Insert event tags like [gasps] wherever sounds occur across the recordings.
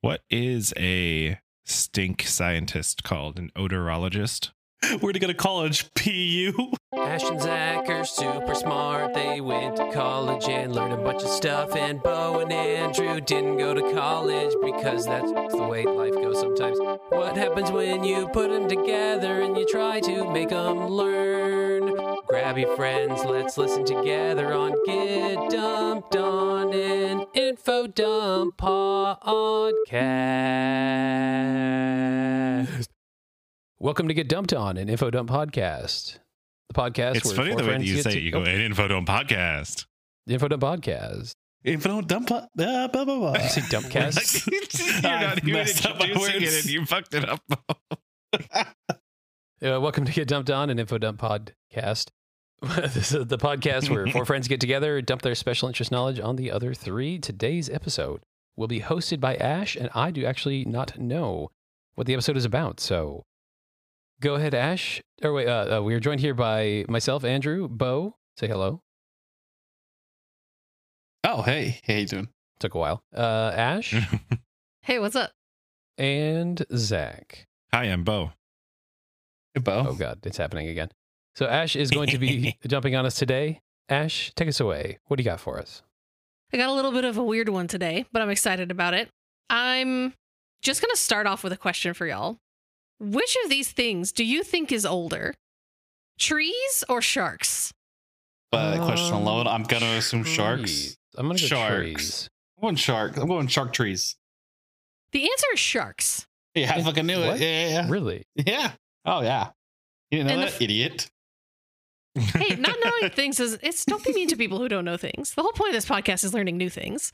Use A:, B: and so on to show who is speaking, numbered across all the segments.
A: What is a stink scientist called? An odorologist?
B: Where'd he go to college? [laughs] PU?
C: Ash and Zach are super smart. They went to college and learned a bunch of stuff. And Bo and Andrew didn't go to college because that's the way life goes sometimes. What happens when you put them together and you try to make them learn? Grab your friends, let's listen together on Get Dumped on an Info Dump Podcast. Welcome to Get Dumped On, an Info Dump podcast. The podcast.
A: it's
C: where
A: funny the way
C: four
A: that
C: friends
A: you
C: get
A: say
C: to-
A: it. You go,
C: oh,
A: an info dome
B: [laughs]
A: podcast. [laughs]
C: Info Dump podcast.
B: Infinite dump. Uh, blah, blah, blah.
C: Did you say dumpcast?
A: You're
B: I
A: not even
B: messed up my
A: introducing it
B: words.
A: and you fucked
B: [laughs]
A: it up. [laughs]
C: uh, welcome to Get Dumped On, an Info Dump podcast. [laughs] this is the podcast where four friends get together, dump their special interest knowledge on the other three. Today's episode will be hosted by Ash, and I do actually not know what the episode is about. So go ahead, Ash. Or wait, uh, uh, we are joined here by myself, Andrew, Bo. Say hello.
B: [laughs] Oh, hey. Hey, how you doing?
C: Took a while. Uh, Ash
A: Mm.
D: Hey, what's up?
C: and Zach.
A: Hi, I'm Bo.
B: Hey, Bo.
C: Oh god, it's happening again. So Ash is going to be jumping on us today. Ash, take us away. What do you got for us?
D: I got a little bit of a weird one today, but I'm excited about it. I'm just going to start off with a question for y'all. Which of these things do you think is older? Trees or sharks?
B: By that question
C: Um,
B: alone, I'm going to assume
C: Trees.
B: sharks.
C: I'm gonna go
B: Sharks.
C: trees.
B: I'm going shark. I'm going shark trees.
D: The answer is sharks.
B: Yeah, I
C: Wait,
B: fucking knew it.
C: what?
B: Yeah, yeah, yeah.
C: Really?
B: Yeah. Oh, yeah. You didn't know
D: And the
B: that,
D: f-
B: idiot.
D: Hey, not knowing things is it's don't be mean to people who don't know things. The whole point of this podcast is learning new things.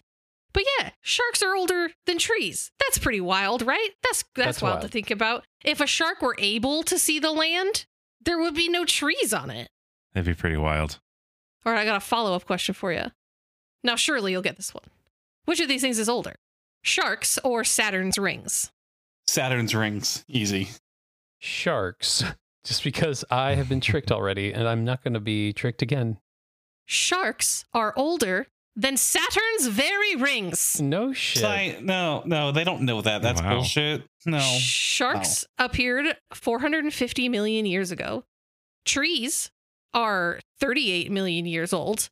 D: But yeah, sharks are older than trees. That's pretty wild, right? That's that's,
C: That's
D: wild, to
C: wild.
D: think about. If a shark were able to see the land, there would be no trees on it.
A: That'd be pretty wild.
D: All right, I got a follow up question for you. Now, surely you'll get this one. Which of these things is older? Sharks or Saturn's rings?
B: Saturn's rings. Easy.
C: Sharks. [laughs] Just because I have been tricked already and I'm not gonna be tricked again.
D: Sharks are older than Saturn's very rings.
C: No shit.
B: Sci- no, no, they don't know that. That's
A: Wow.
B: bullshit. No.
D: Sharks appeared 450 million years ago. Trees are 38 million years old.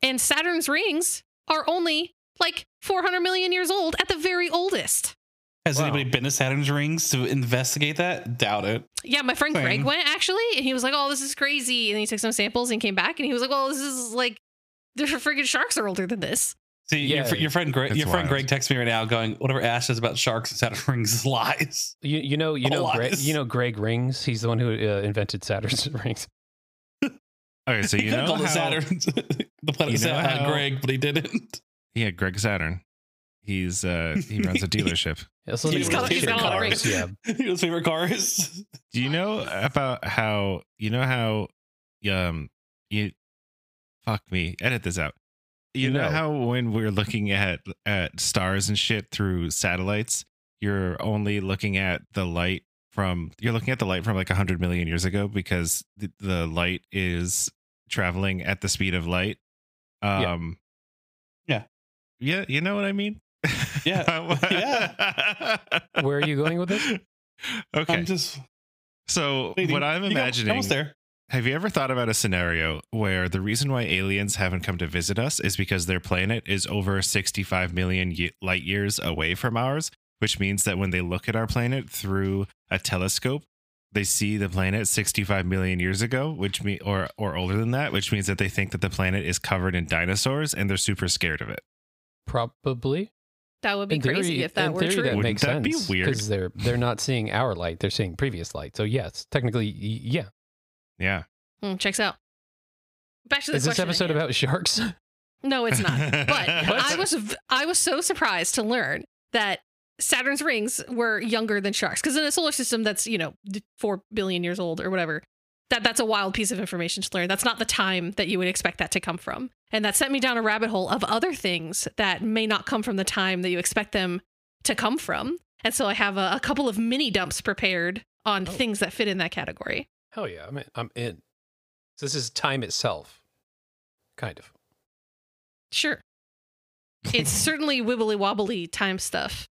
D: And Saturn's rings are only like 400 million years old at the very oldest.
B: Has
C: Wow.
B: anybody been to Saturn's rings to investigate that? Doubt it.
D: Yeah, my friend Greg
B: Thing.
D: went actually, and he was like, "Oh, this is crazy." And he took some samples and came back, and he was like, "Well, this is like, the freaking sharks are older than this."
B: See, your,
C: Yeah.
B: fr- your friend Greg,
A: It's
B: your friend
A: wild.
B: Greg texts me right now, going, "Whatever Ash says about sharks and Saturn rings is [laughs] lies."
C: You, you know you know
B: Lies.
C: Greg, you know Greg Rings. He's the one who uh, invented Saturn's [laughs] rings.
A: Okay,
B: [laughs]
A: so
B: He
A: you
B: could
A: know
B: call
A: how,
B: it Saturn, [laughs] the planet
A: you know
B: Saturn,
A: how-
B: Greg, but he didn't.
A: Yeah, Greg Saturn. He's uh he runs
B: [laughs]
A: a dealership.
C: That's the
D: He's
C: name
D: got-
C: of
D: he's
C: shit
D: got a lot of
C: cars.
D: rings.
C: Yeah.
B: [laughs] He was favorite cars.
A: Do you know about how you know how um you fuck me edit this out. You
C: You
A: know,
C: know.
A: how when we're looking at at stars and shit through satellites, you're only looking at the light from you're looking at the light from like 100 million years ago because the, the light is traveling at the speed of light.
C: Yeah.
A: Um
B: Yeah.
A: Yeah, you know what I mean? [laughs]
B: Yeah. Yeah.
C: Where are you going with this?
A: Okay.
B: I'm just
A: So
B: leading.
A: what I'm
B: You got-
A: imagining,
B: almost there.
A: have you ever thought about a scenario where the reason why aliens haven't come to visit us is because their planet is over 65 million ye- light years away from ours, which means that when they look at our planet through a telescope, they see the planet 65 million years ago, which me or or older than that, which means that they think that the planet is covered in dinosaurs and they're super scared of it.
C: Probably.
D: That would be
C: In
D: crazy
C: theory-
D: if that
C: in
D: were
C: theory,
D: true.
C: That
A: Wouldn't
C: makes
A: that be
C: sense
A: weird?
C: because they're they're not seeing our light; they're seeing previous light. So yes, technically, y- yeah.
A: Yeah.
D: Hmm, checks out. Back to the
C: Is this
D: question at
C: episode
D: hand.
C: about sharks?
D: No,
C: [laughs]
D: it's not.
A: [laughs]
D: But
A: What?
D: I was v- I was so surprised to learn that Saturn's rings were younger than sharks because in a solar system that's you know d- four billion years old or whatever. That that's a wild piece of information to learn. That's not the time that you would expect that to come from, and that sent me down a rabbit hole of other things that may not come from the time that you expect them to come from. And so I have a, a couple of mini dumps prepared on
C: Oh.
D: things that fit in that category.
C: Hell yeah, I'm in. I'm in. So this is time itself, kind of.
D: Sure, it's certainly wibbly wobbly time stuff.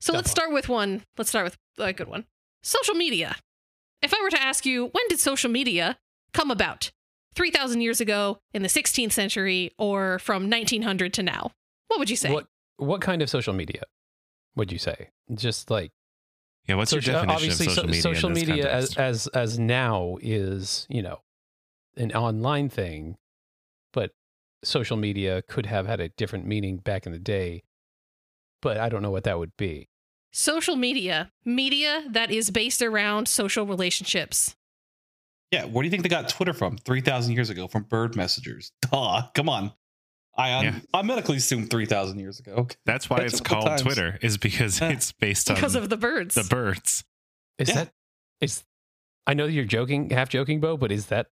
D: So let's
B: Definitely.
D: start with one. Let's start with a good one. Social media. If I were to ask you, when did social media come about? 3,000 years ago in the 16th century or from 1900 to now? What would you say?
C: What what kind of social media would you say? Just like
A: Yeah, what's
C: soci-
A: your definition of
C: obviously
A: social
C: so-
A: media?
C: social
A: in this
C: media as,
A: context?
C: as as now is you know an online thing, but social media could have had a different meaning back in the day. But I don't know what that would be.
D: Social media. Media that is based around social relationships.
B: Yeah, where do you think they got Twitter from? 3,000 years ago from bird messengers. [laughs] Duh, come on. I un-
A: Yeah.
B: I medically assumed 3,000 years ago. [laughs]
A: That's why
B: That's
A: it's
B: what the
A: called
B: times-
A: Twitter, is because
B: Yeah.
A: it's based on
D: Because of the birds.
A: the birds.
C: Is
B: Yeah.
C: that is I know you're joking, half joking, Bo, but is that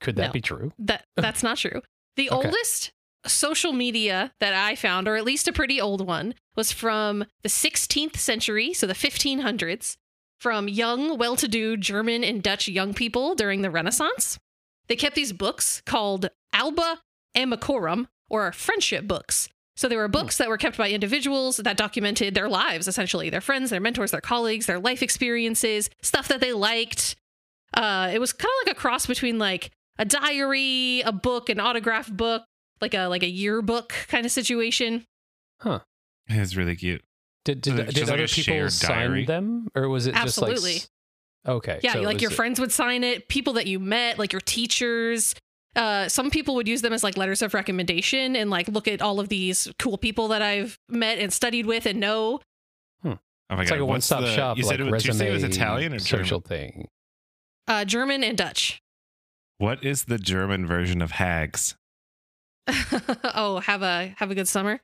C: could that
D: No.
C: be true?
D: That that's not true. The
C: Okay.
D: oldest social media that I found, or at least a pretty old one, was from the 16th century, so the 1500s, from young, well-to-do German and Dutch young people during the Renaissance. They kept these books called Alba Amicorum, or friendship books. So there were books that were kept by individuals that documented their lives, essentially their friends, their mentors, their colleagues, their life experiences, stuff that they liked. Uh, it was kind of like a cross between like a diary, a book, an autograph book, like a like a yearbook kind of situation.
A: It's really cute.
C: Did
A: So
C: did,
A: it's
C: did
A: just like
C: other
A: a
C: people
A: shared diary?
C: sign them, or was it just
D: Absolutely.
C: like s- okay?
D: Yeah,
C: so
D: like
C: is
D: your
C: it-
D: friends would sign it, people that you met, like your teachers. Uh, some people would use them as like letters of recommendation and like look at all of these cool people that I've met and studied with and know.
A: Oh my
C: It's
A: god.
C: like a
A: what's
C: one-stop
A: the-
C: shop.
A: You
C: like
A: said it, was- did you say it was
C: resume
A: Italian or German?
C: social thing.
D: Uh, German and Dutch. [laughs]
A: What is the German version of hags?
D: oh, have a have a good summer.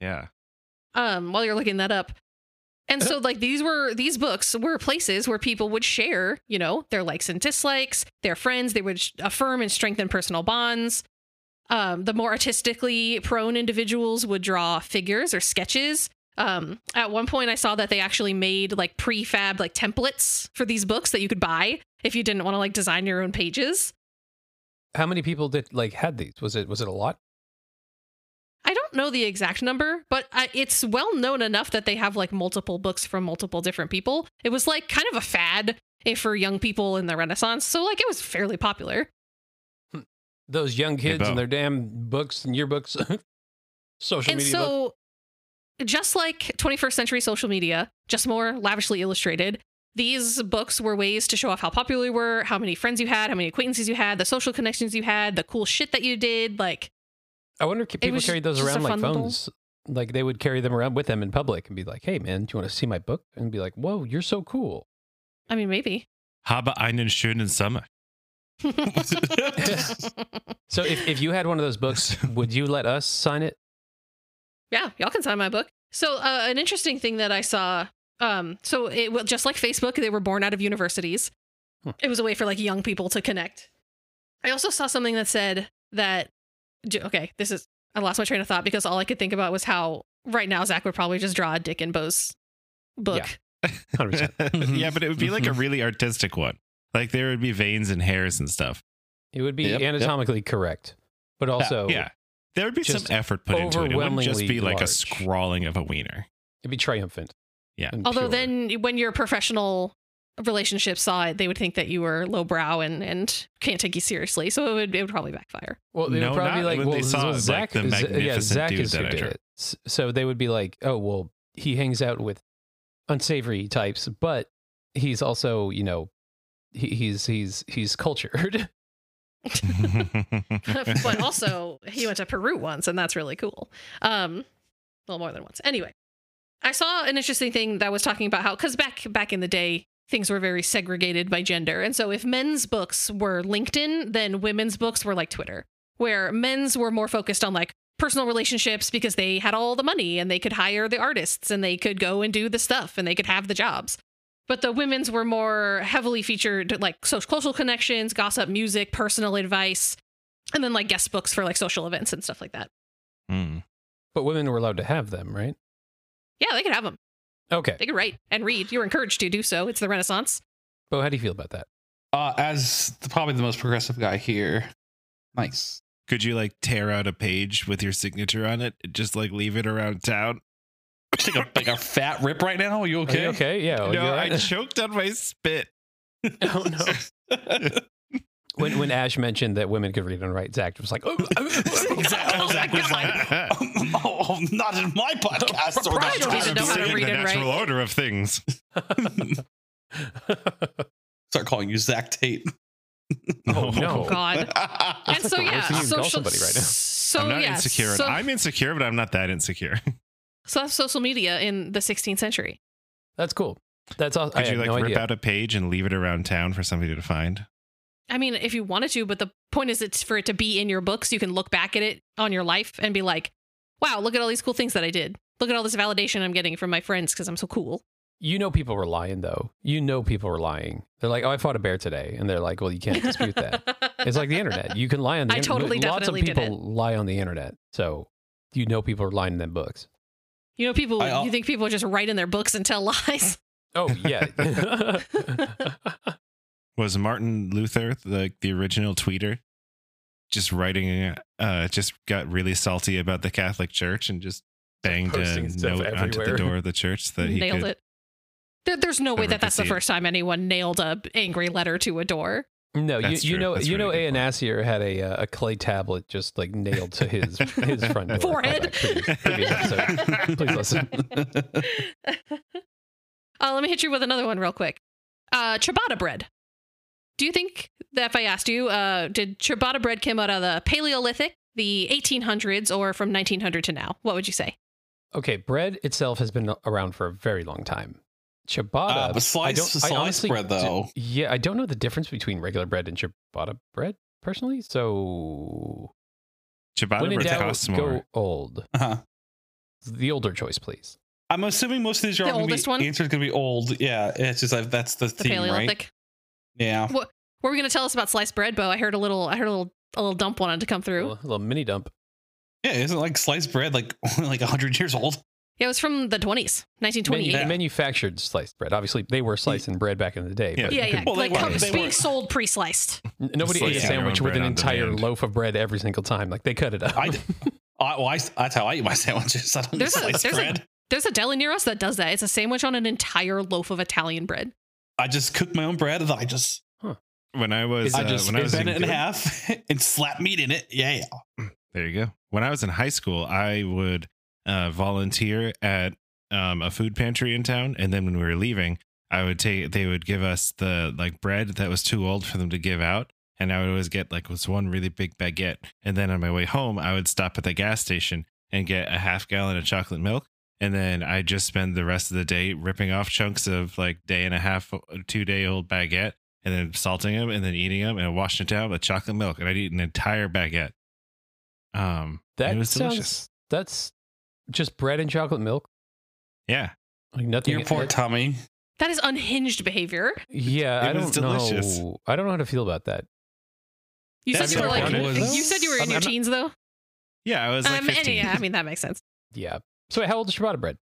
A: Yeah.
D: Um, while you're looking that up. And so like these were these books were places where people would share, you know, their likes and dislikes, their friends, they would sh- affirm and strengthen personal bonds. Um, the more artistically prone individuals would draw figures or sketches. Um, at one point I saw that they actually made like prefab like templates for these books that you could buy if you didn't want to like design your own pages.
C: How many people did like had these? Was it was it a lot?
D: I don't know the exact number, but I, it's well known enough that they have like multiple books from multiple different people. It was like kind of a fad eh, for young people in the Renaissance, so like it was fairly popular.
C: Those young
A: Hey,
C: kids
A: Bo.
C: and their damn books and yearbooks, [laughs] social
D: and
C: media. books.
D: so, just like 21st century social media, just more lavishly illustrated, these books were ways to show off how popular you were, how many friends you had, how many acquaintances you had, the social connections you had, the cool shit that you did. Like,
C: I wonder if people
D: was
C: carried those
D: just a
C: around like
D: fun little-
C: phones. Like they would carry them around with them in public and be like, "Hey, man, do you want to see my book?" And be like, "Whoa, you're so cool."
D: I
C: [laughs]
D: mean, maybe. [laughs]
A: Habe einen schönen Sommer.
C: So if, if you had one of
A: [laughs]
C: those books, would you let us sign it?
D: Yeah, y'all can sign my book. So, uh, an interesting thing that I saw. Um, so it well, just like Facebook, they were born out of universities.
C: Hmm.
D: It was a way for like young people to connect. I also saw something that said that. j- Okay, this is I lost my train of thought because all I could think about was how right now Zach would probably just draw a Dick and Bo's book.
C: Hundred
A: [laughs]
C: percent.
A: yeah, but it would be like a
C: Mm-hmm.
A: really artistic one. Like there would be veins and hairs and stuff.
C: It would be
B: Yep, yep.
C: anatomically correct, but also
A: yeah. There would be some
C: Oh, Just
A: effort put into it. It wouldn't just be
C: overwhelmingly
A: like a
C: large.
A: scrawling of a
C: [laughs]
A: wiener. [laughs]
C: it'd be triumphant.
A: Yeah.
C: and
D: Although
C: pure.
D: then, when your professional relationship saw it, they would think that you were lowbrow and and can't take you seriously. So it would it would probably backfire.
C: well, they
A: No,
C: would probably
A: not
C: be like,
A: when
C: well,
A: they saw it,
C: well,
A: like,
C: Zach,
A: the
C: is- yeah,
A: magnificent
C: Zach
A: dude
C: is who
A: that I
C: did
A: drew.
C: it. S- So they would be like, oh, well, he hangs out with unsavory types, but he's also, you know, he, he's he's he's cultured.
D: [laughs] but also he went to Peru once, and that's really cool. Um, well, more than once. Anyway, I saw an interesting thing that was talking about how because back back in the day things were very segregated by gender, and so if men's books were LinkedIn, then women's books were like Twitter, where men's were more focused on like personal relationships because they had all the money and they could hire the artists and they could go and do the stuff and they could have the jobs. But the women's were more heavily featured like social social connections, gossip, music, personal advice, and then like guest books for like social events and stuff like that.
A: Mm.
C: but women were allowed to have them, right?
D: Yeah, they could have them.
C: Okay.
D: They could write and read. You're encouraged to do so. It's the Renaissance.
C: Bo, how do you feel about that?
B: Uh, as the, probably the most progressive guy here. Nice.
A: Could you like tear out a page with your signature on it? and Just like leave it around town?
B: Take a, like a fat rip right now. Are you
C: Are
B: okay? [laughs]
C: you okay? Yeah. are you
A: no,
C: all
A: I
C: Oh, right? [laughs]
A: choked on my spit.
C: Oh, no. When, when Ash mentioned that women could read and write, Zach was like, oh,
B: [laughs]
A: [laughs]
B: Exactly. Zach was [laughs] like, oh, oh, not in my podcast. or
D: Proprietor
B: not-
D: doesn't know how to
A: Saying
D: read
A: the
D: and
A: natural order of things.
B: Start calling you Zach Tate.
C: Oh, no.
D: [laughs] God. And
C: like
D: so
C: the worst
D: yeah,
C: thing you can
D: social.
C: call somebody right now.
D: So
A: I'm not
D: yeah,
A: insecure.
D: so-
A: I'm insecure, but I'm not that insecure.
D: so that's social media in the 16th century.
C: That's cool. That's awesome. I
A: Could
C: had
A: you like
C: no
A: rip
C: idea.
A: out a page and leave it around town for somebody to find?
D: I mean, if you wanted to, but the point is, it's for it to be in your books. You can look back at it on your life and be like, "Wow, look at all these cool things that I did. Look at all this validation I'm getting from my friends because I'm so cool."
C: You know people were lying though. You know people were lying. They're like, "Oh, I fought a bear today," and they're like, "Well, you can't dispute
D: [laughs]
C: that." it's like the internet. You can lie on the
D: I
C: internet.
D: totally
C: Lots of
D: definitely did
C: people lie on the internet, so you know people are lying in them books.
D: You know, people.
B: I al-
D: you think people just write in their books and tell lies?
C: Oh yeah.
A: Was Martin Luther the the original tweeter? Just writing, uh, just got really salty about the Catholic Church and just banged a
C: Posting stuff
A: note onto the
C: everywhere.
A: door of the church that he
D: nailed
A: could.
D: it. There, there's no way
A: Never
D: that that's the
A: conceive.
D: first time anyone nailed a angry letter to a door.
C: [laughs] no, you,
A: That's
C: you
A: true.
C: know
A: That's
C: you
A: a
C: know
A: really good point.
C: Atanasier had a uh, a clay tablet just like nailed to
D: [laughs]
C: his his front door.
D: Forehead.
C: Callback Previous, previous episode. Please listen.
D: Uh, let me hit you with another one real quick. Uh, ciabatta bread. Do you think that if I asked you, uh, did ciabatta bread come out of the Paleolithic, the 1800s, or from 1900 to now? What would you say?
C: Okay, bread itself has been around for a very long time. Ciabatta,
B: Uh, but
C: I
B: slice-
C: don't, I
B: sliced
C: honestly
B: bread,
C: d-
B: though.
C: yeah, I don't know the difference between regular bread and ciabatta bread personally. So when
A: [laughs] Ciabatta
C: in
A: bread
C: doubt,
A: costs
C: go
A: more.
C: old.
B: Uh-huh.
C: The older choice, please.
B: I'm assuming most of these are
D: The
B: gonna be,
D: oldest one?
B: Answer is going to be old. Yeah, it's just like that's the,
D: The
B: theme,
D: Paleolithic.
B: right? Yeah.
D: What were you going to tell us about sliced bread, Bo? I heard a little, I heard a little, a little dump wanted to come
C: A
D: through.
C: little, little mini dump.
B: Yeah, isn't like sliced bread like [laughs] only like 100 years old?
D: Yeah, it was from the 20s,
C: Manu-
D: 1928.
C: Manufactured sliced bread. Obviously, they were slicing bread back in the day.
A: Yeah.
C: but
D: Yeah,
C: you
D: yeah.
B: Well, they
D: like
B: were-
D: com-
B: they
D: being
B: were-
D: sold pre-sliced.
C: could- Nobody ate a
A: Slicing their own
C: sandwich with
A: bread
C: an
A: on
C: entire
A: demand.
C: loaf of bread every single time. Like they cut it up.
B: I,
C: [laughs]
B: I, well, I, that's how I eat my sandwiches. [laughs] I don't
D: There's a-
B: slice
D: there's a-
B: bread.
D: There's a deli near us that does that. It's a sandwich on an entire loaf of Italian bread.
B: I just cook my own bread and I just
A: When I was,
B: I
A: uh,
B: just
A: when I was
B: bend
A: in
B: it in half [laughs] and slap meat in it. Yeah, yeah.
A: There you go. When I was in high school, I would uh, volunteer at um, a food pantry in town, and then when we were leaving, I would take. They would give us the like bread that was too old for them to give out, and I would always get like was one really big baguette. And then on my way home, I would stop at the gas station and get a half gallon of chocolate milk, and then I just spend the rest of the day ripping off chunks of like day and a half, uh, two day old baguette, and then salting them, and then eating them, and washing it down with chocolate milk, and I'd eat an entire baguette. Um,
C: that
A: it was
C: sounds.
A: delicious.
C: That's just bread and chocolate milk.
A: Yeah,
C: Like nothing.
B: Your poor
C: that-
B: tummy.
D: That is unhinged behavior.
C: Yeah,
A: It
C: I
A: was
C: don't
A: delicious.
C: know. I don't know how to feel about that.
D: You
B: That's
D: said you were like,
B: important, though.
D: you said you were in
C: I'm-
D: your
C: I'm not-
D: teens though.
A: yeah, I was like
D: um, and
A: 15.
D: yeah, I mean that makes sense.
C: Yeah. So wait, how old is ciabatta bread?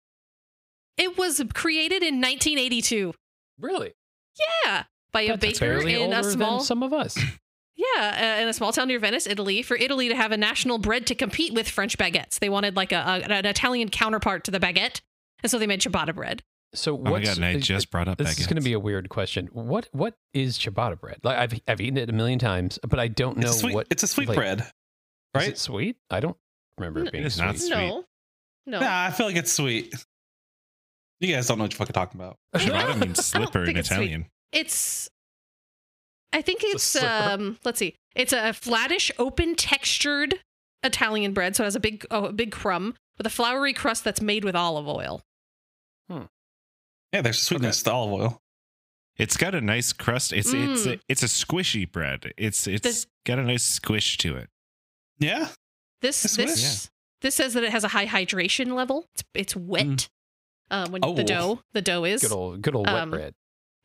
D: It was created in 1982.
C: Really?
D: Yeah, by a baker
C: barely
D: in
C: older
D: a small
C: than some
A: [clears throat]
C: of us.
D: yeah uh, in a small town near Venice, Italy, for Italy to have a national bread to compete with French baguettes. They wanted like a, a an Italian counterpart to the baguette, and so they made ciabatta bread.
C: So
A: Oh
C: what's
A: my god, and I
C: it-
A: just brought up
C: this
A: baguettes.
C: is going to be a weird question. What what is ciabatta bread? Like I've I've eaten it a million times, but I don't know
B: it's a sweet,
C: what
B: it's a sweet
C: like,
B: bread,
C: Is
B: right?
C: it sweet? I don't remember
D: N-
C: it being
A: It is
C: sweet.
A: not sweet.
D: No, no.
B: Nah, I feel like it's sweet. You guys don't know what you're fucking talking about.
D: [laughs]
A: Ciabatta means
D: I don't
A: slipper in
D: think it's sweet.
A: Italian.
D: It's I think
C: a
D: it's,
C: slipper.
D: um let's see. It's a flattish open textured Italian bread, so it has a big oh, a big crumb with a floury crust that's made with olive oil.
B: Yeah, there's sweetness to olive oil.
A: It's got a nice crust. It's it's a,
D: Mm.
A: it's a squishy bread. It's it's
D: Does-
A: got a nice squish to
D: [laughs]
A: it.
B: Yeah,
D: This
B: That's
D: this
A: nice.
D: this says that it has a high hydration level. It's it's wet.
B: Mm.
D: Uh, when
B: Oh.
D: the dough the dough is
C: Good old good old
D: Um,
C: wet bread.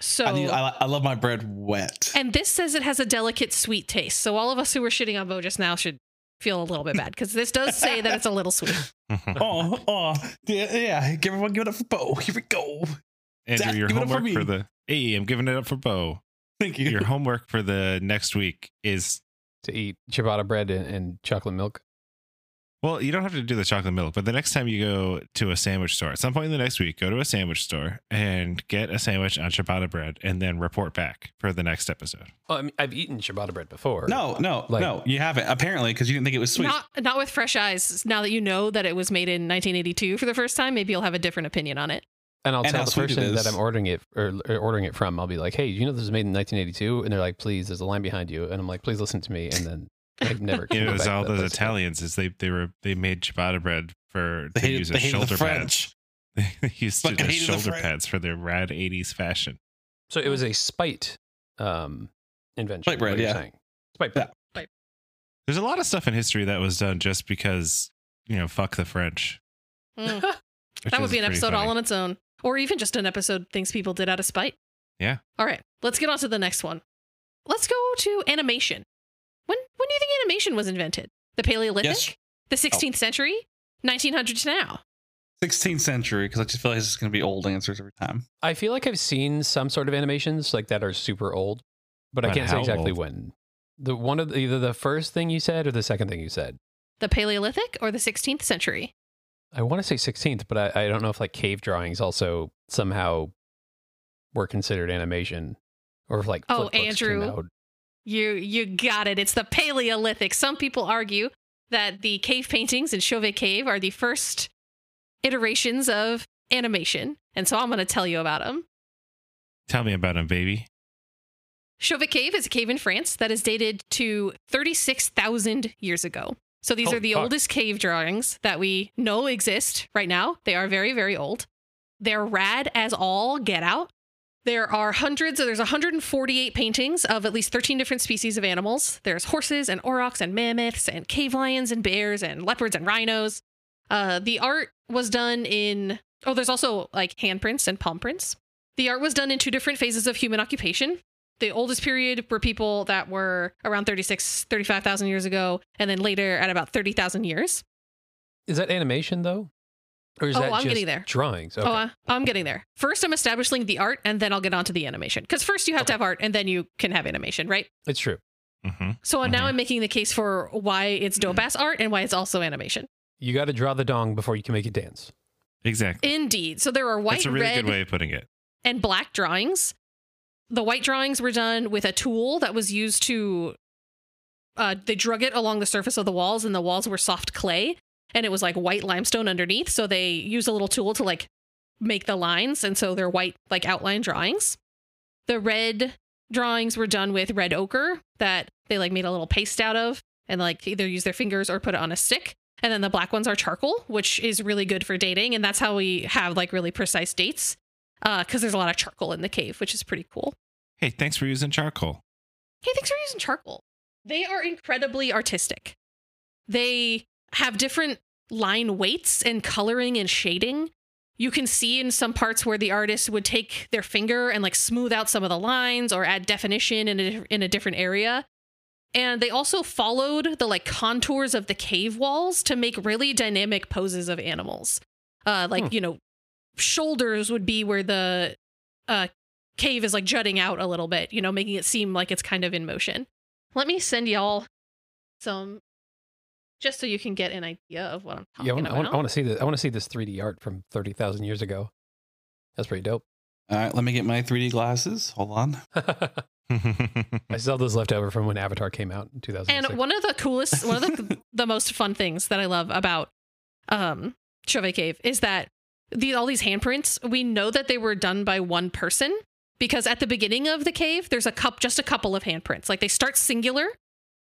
D: so
B: I, need, I, I love my bread wet.
D: and this says it has a delicate sweet taste. So all of us who were shitting on Bo just now should feel a little bit bad because this does say that it's a little sweet.
B: oh, oh, yeah, yeah. Give everyone, give it up for Bo. Here we go.
A: Andrew,
B: Zach,
A: your
B: give it up for
A: homework
B: me.
A: for, the hey, I'm giving it up for Bo.
B: Thank you.
C: [laughs]
A: Your homework for the next week is
C: To eat ciabatta bread and, and chocolate milk.
A: Well, you don't have to do the chocolate milk, but the next time you go to a sandwich store, at some point in the next week, go to a sandwich store and get a sandwich on ciabatta bread, and then report back for the next episode.
C: Oh, I mean, I've eaten ciabatta bread before.
B: No, no,
C: Like-
B: no, you haven't. Apparently, because you didn't think it was sweet.
D: Not not with fresh eyes. Now that you know that it was made in 1982 for the first time, maybe you'll have a different opinion on it.
C: and I'll
B: And
C: tell
B: how
C: the
B: sweet it
C: person that
B: is.
C: I'm ordering it or, or ordering it from. I'll be like, "Hey, you know this was made in 1982?" And they're like, "Please, there's a line behind you." And I'm like, "Please listen to me." And then
B: [laughs]
C: I've never.
A: You
C: come
A: know,
C: back
A: it's
C: to
A: all
C: that
A: those
C: place again.
A: Italians is they they were they made ciabatta bread for
B: they
A: to
B: hated,
A: use
B: they
A: as
B: hated
A: shoulder
B: the
A: pads. [laughs]
B: French.
A: They used it
B: Fucking
A: as
B: hated the
A: shoulder
B: French.
A: pads for their rad '80s fashion.
C: So it was a spite um, invention.
B: Spite bread,
C: what you're
B: yeah.
C: saying. Spite bread.
A: There's a lot of stuff in history that was done just because you know fuck the French.
D: Mm.
A: Hmm. which
D: that would
A: is
D: be an
A: pretty
D: episode
A: funny.
D: all on its own, or even just an episode things people did out of spite.
A: Yeah.
D: All right, let's get on to the next one. Let's go to animation. When when do you think animation was invented? The Paleolithic,
B: Yes.
D: the
A: Oh.
D: 16th century, 1900 to now.
B: 16th century, because I just feel like this is going to be old answers every time.
C: I feel like I've seen some sort of animations like that are super old, but, I
A: But
C: can't say
A: how
C: exactly
A: old?
C: when. The one of the, either the first thing you said or the second thing you said.
D: The Paleolithic or the 16th century?
C: I want to say 16th, but I, I don't know if like cave drawings also somehow were considered animation, or if like
D: Oh,
C: flip books came
D: Andrew.
C: out.
D: You you got it. It's the Paleolithic. Some people argue that the cave paintings in Chauvet Cave are the first iterations of animation, and so I'm going to tell you about them.
A: Tell me about him, baby.
D: Chauvet Cave is a cave in France that is dated to 36,000 years ago. So these
C: Holy
D: are the
C: fuck.
D: oldest cave drawings that we know exist right now. They are very, very old. They're rad as all get out. There are hundreds, there's 148 paintings of at least 13 different species of animals. There's horses and aurochs and mammoths and cave lions and bears and leopards and rhinos. Uh, the art was done in, oh, there's also like handprints and palm prints. The art was done in two different phases of human occupation the oldest period were people that were around 36 35,000 years ago and then later at about 30,000 years.
C: Is that animation though, or is
D: Oh,
C: that
D: I'm
C: just
D: getting there.
C: drawings? Okay.
D: Oh, I, I'm getting there. First I'm establishing the art and then I'll get on to the animation cuz first you have
C: Okay.
D: to have art and then you can have animation, right?
C: it's true.
A: hmm
D: So now
A: Mhm.
D: I'm making the case for why it's dope ass art and why it's also animation.
C: You got to draw the dong before you can make it dance.
A: Exactly.
D: Indeed. So there are white
A: That's a really
D: red
A: good way of putting it.
D: and black drawings. The white drawings were done with a tool that was used to. Uh, they drug it along the surface of the walls, and the walls were soft clay, and it was like white limestone underneath. So they used a little tool to like make the lines, and so they're white like outline drawings. The red drawings were done with red ochre that they like made a little paste out of, and like either use their fingers or put it on a stick. And then the black ones are charcoal, which is really good for dating, and that's how we have like really precise dates because Uh, there's a lot of charcoal in the cave, which is pretty cool.
A: Hey, thanks for using charcoal. [laughs]
D: Hey, thanks for using charcoal. They are incredibly artistic. They have different line weights and coloring and shading. You can see in some parts where the artist would take their finger and like smooth out some of the lines or add definition in a, in a different area. And they also followed the like contours of the cave walls to make really dynamic poses of animals. Uh, like,
C: Hmm.
D: you know, shoulders would be where the uh, cave is like jutting out a little bit, you know, making it seem like it's kind of in motion. Let me send y'all some just so you can get an idea of what I'm talking
C: Yeah, I want, I,
D: about.
C: want, I want to see this. I want to see this 3D art from 30,000 years ago. That's pretty dope. [laughs]
B: All right, let me get my 3D glasses. Hold on. [laughs]
C: I still have those left over from when Avatar came out in 2006.
D: and one of the coolest, one of
C: [laughs]
D: the, the most fun things that I love about um, Chauvet Cave is that these all these handprints, we know that they were done by one person because at the beginning of the cave, there's a cup, just a couple of handprints. Like they start singular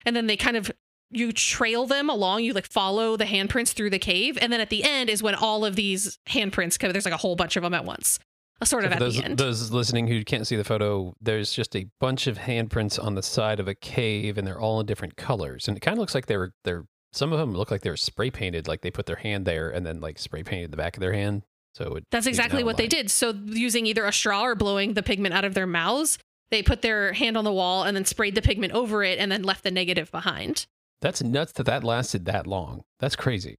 D: and then they kind of you trail them along you like follow the handprints through the cave and then at the end is when all of these handprints come there's like a whole bunch of them at once uh, sort
C: So
D: of
C: for
D: at
C: those,
D: the end
C: those listening who can't see the photo, there's just a bunch of handprints on the side of a cave, and they're all in different colors. And it kind of looks like they were they're some of them look like they were spray painted, like they put their hand there and then like spray painted the back of their hand. So it would
D: That's
C: be an
D: exactly what they
C: outline.
D: did. So using either a straw or blowing the pigment out of their mouths, they put their hand on the wall and then sprayed the pigment over it and then left the negative behind.
C: That's nuts that that lasted that long. That's crazy.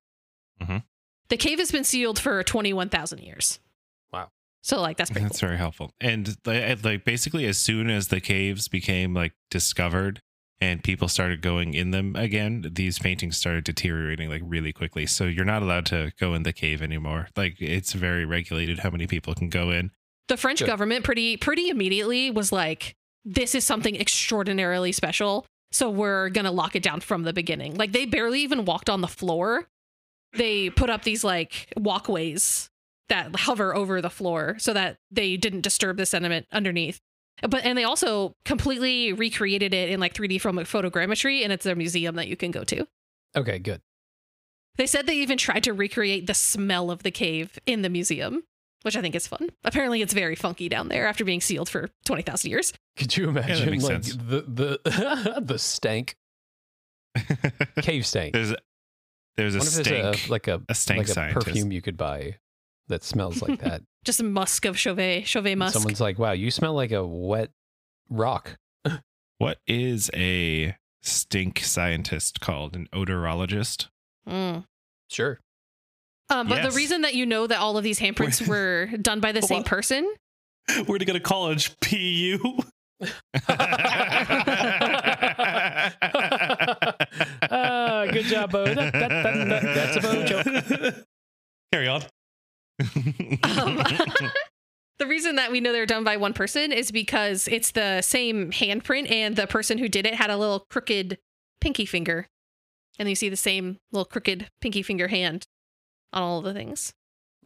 D: The cave has been sealed for 21,000 years.
C: Wow.
D: So like that's pretty
A: That's eh, very helpful. And like, like basically, as soon as the caves became like discovered and people started going in them again, these paintings started deteriorating like really quickly. So you're not allowed to go in the cave anymore. Like it's very regulated how many people can go in.
D: The French
C: Good.
D: government pretty pretty immediately was like, this is something extraordinarily special, so we're gonna lock it down from the beginning. Like they barely even walked on the floor. They put up these like walkways that hover over the floor so that they didn't disturb the sediment underneath. But and they also completely recreated it in like 3D from photogrammetry, and it's a museum that you can go to.
C: Okay, good.
D: They said they even tried to recreate the smell of the cave in the museum, which I think is fun. Apparently, it's very funky down there after being sealed for 20,000 years.
C: Could you imagine
A: makes
C: like
A: sense.
C: the the [laughs] the stank cave stank?
A: there's [laughs] there's a
C: What if there's
A: stink,
C: a, like a
A: a stank
C: like a
A: scientist.
C: perfume you could buy that smells
D: [laughs]
C: like that.
D: Just musk of Chauvet, Chauvet
C: And
D: musk.
C: Someone's like, "Wow, you smell like a wet rock."
A: What is a stink scientist called? An odorologist?
D: Mm.
C: Sure.
D: Um, but
A: Yes.
D: the reason that you know that all of these handprints were done by the same
B: What?
D: person,
B: Where to go to college? PU.
C: Ah, good job, Bo. That- that- that- that's a Bo joke.
B: [laughs] Carry on.
D: Um, the reason that we know they're done by one person is because it's the same handprint, and the person who did it had a little crooked pinky finger. And you see the same little crooked pinky finger hand on all of the things.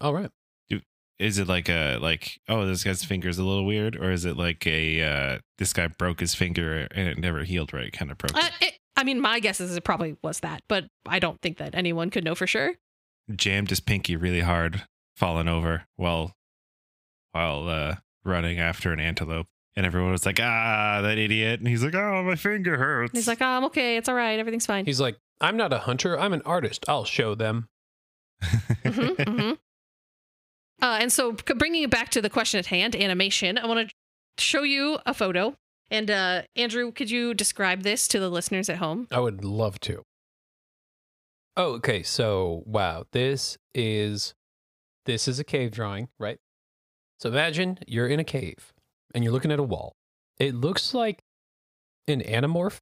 C: All right.
A: [laughs] is it like a like oh this guy's finger's a little weird or is it like a uh this guy broke his finger and it never healed right kind of broke
D: Uh,
A: it?
D: it, I mean, my guess is it probably was that, but I don't think that anyone could know for sure.
A: jammed his pinky really hard falling over while while uh running after an antelope and everyone was like ah that idiot and he's like oh my finger hurts
D: And
A: [laughs]
D: he's like, oh, I'm okay. It's all right. Everything's fine.
C: He's like, "I'm not a hunter. I'm an artist. I'll show them."
D: Mhm,
A: [laughs]
D: mhm. Uh, and so, c- bringing it back to the question at hand, animation, I want to show you a photo. And uh, Andrew, could you describe this to the listeners at home?
C: I would love to. Oh, okay. So, wow, this is this is a cave drawing, right? So imagine you're in a cave and you're looking at a wall. It looks like an anamorph,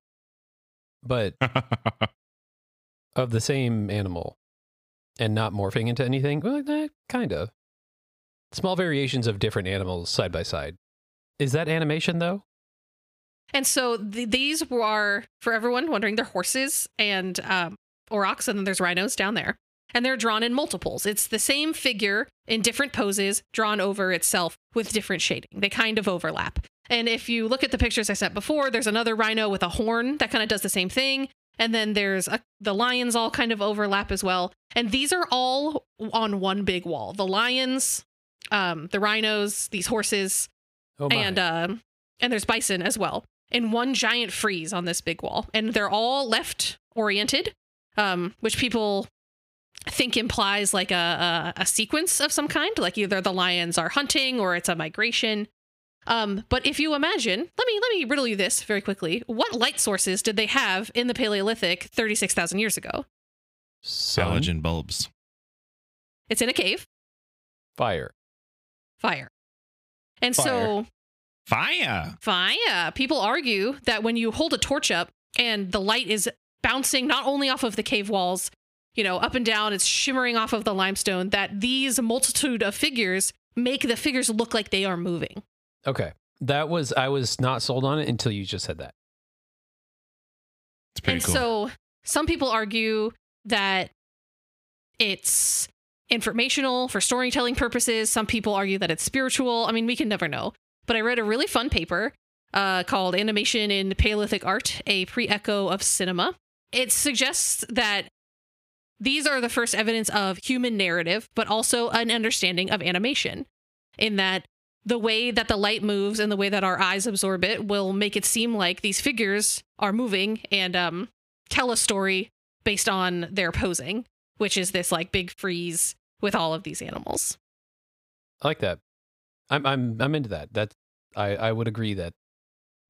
C: but of the same animal and not morphing into anything. Well, that kind of small variations of different animals side by side. Is that animation though?
D: And so, th- these are, for everyone wondering, they're horses and um, aurochs, and then there's rhinos down there. And they're drawn in multiples. It's the same figure in different poses, drawn over itself with different shading. They kind of overlap. And if you look at the pictures I sent before, there's another rhino with a horn that kind of does the same thing. And then there's a, the lions all kind of overlap as well. And these are all on one big wall. The lions, um, the rhinos, these horses,
C: Oh my.
D: and um, and there's bison as well in one giant freeze on this big wall, and they're all left oriented, um, which people think implies like a, a a sequence of some kind, like either the lions are hunting or it's a migration. Um, but if you imagine, let me let me riddle you this very quickly. What light sources did they have in the Paleolithic 36,000 years ago?
C: Sun,
A: collagen bulbs
D: It's in a cave,
C: fire.
D: fire. And so
A: fire
D: Fire. People argue that when you hold a torch up and the light is bouncing not only off of the cave walls, you know, up and down, it's shimmering off of the limestone, that these multitude of figures make the figures look like they are moving.
C: Okay. That was I was not sold on it until you just said that.
A: it's pretty
D: and
A: cool
D: so some people argue that it's informational for storytelling purposes. Some people argue that it's spiritual. I mean, we can never know. But I read a really fun paper uh, called Animation in Paleolithic Art, a pre echo of cinema. It suggests that these are the first evidence of human narrative, but also an understanding of animation, in that the way that the light moves and the way that our eyes absorb it will make it seem like these figures are moving and um, tell a story based on their posing, which is this like big freeze with all of these animals.
C: I like that. I'm I'm I'm into that. That I I would agree that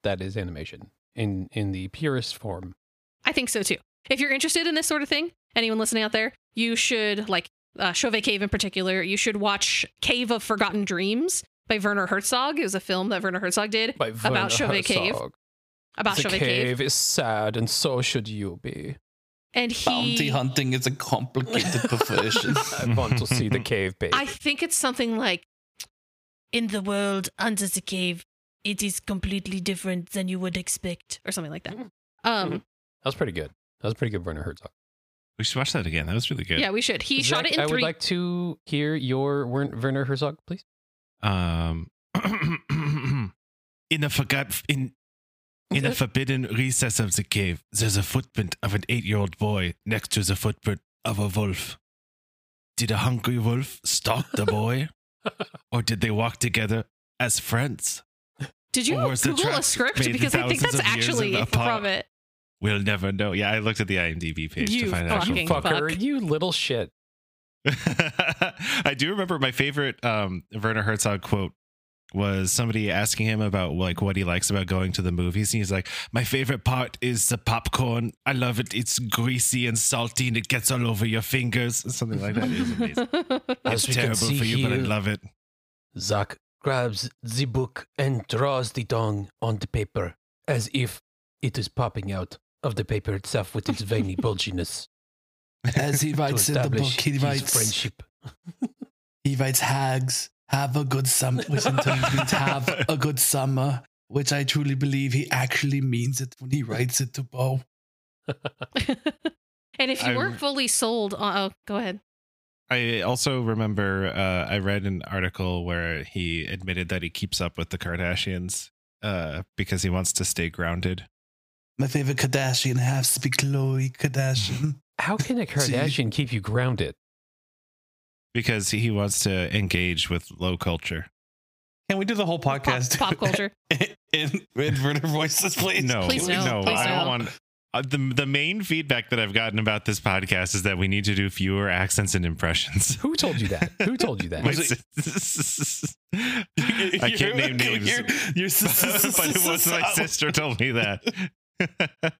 C: that is animation in in the purest form.
D: I think so too. If you're interested in this sort of thing, anyone listening out there, you should like uh, Chauvet Cave in particular. You should watch Cave of Forgotten Dreams by Werner Herzog. It was a film that Werner Herzog did
C: By
D: about Chauvet Cave. about
C: the
D: Chauvet
C: cave,
D: Cave.
C: is sad, and so should you
D: [laughs]
C: be.
D: And
B: Bounty
D: he,
B: hunting is a complicated profession.
C: I want to see the cave, babe.
D: I think it's something like, in the world under the cave, it is completely different than you would expect, or something like that. Um,
C: that was pretty good. That was pretty good, Werner Herzog.
A: We should watch that again. That was really good.
D: yeah, we should. He shot
C: Zach,
D: it in
C: I
D: three.
C: would like to hear your Wern- Werner Herzog, please.
A: Um, [clears throat] in the forgot in in
D: [laughs]
A: the forbidden recess of the cave, there's a footprint of an eight-year-old boy next to the footprint of a wolf. Did a hungry wolf stalk
D: [laughs]
A: the boy, or did they walk together as friends?
D: Did you
A: Or was the
D: Google a
A: trap
D: script?
A: made
D: Because I think
A: thousands
D: that's
A: of years
D: actually
A: in the pot?
D: from it.
A: We'll never know. Yeah, I looked at the IMDb page
D: You
A: to find out.
D: fucking
C: Fucker,
D: fuck.
C: you little shit.
A: [laughs] I do remember my favorite um, Werner Herzog quote was somebody asking him about like what he likes about going to the movies, and he's like, "My favorite part is the popcorn. I love it. It's greasy and salty, and it gets all over your fingers." [laughs] Something like that is
C: [laughs]
A: amazing.
C: As
A: it's
C: we can
A: terrible
C: see
A: for you, but I
C: here-
A: love it.
C: Zach grabs the book and draws the tongue on the paper as if it is popping out of the paper itself with its
B: [laughs]
C: veiny bulginess
B: As he writes in the book, he writes he writes hags. Have a good
D: [laughs]
B: summer, which in turn means have a good summer, which I truly believe he actually means it when he writes it to Bo.
D: [laughs] and if you
A: I'm-
D: weren't fully sold, on, oh, go ahead.
A: I also remember uh, I read an article where he admitted that he keeps up with the Kardashians uh, because he wants to stay grounded.
B: My favorite Kardashian has to be Chloe Kardashian.
C: How can a Kardashian keep you grounded?
A: Because he wants to engage with low culture.
B: Can we do the whole podcast
D: Pop, pop culture.
B: [laughs] in in Werner voices, please?
A: No,
D: Please no.
A: no,
D: Please
A: I
D: no.
A: don't want. Uh, the the main feedback that I've gotten about this podcast is that we need to do fewer accents and impressions. [laughs]
C: Who told you that? Who told
B: [laughs]
C: you that?
A: My
B: Was it-
A: sis- [laughs]
B: [laughs]
A: I can't name names,
B: You're, you're sis-
A: [laughs] but it was
B: [laughs]
A: my sister told me that.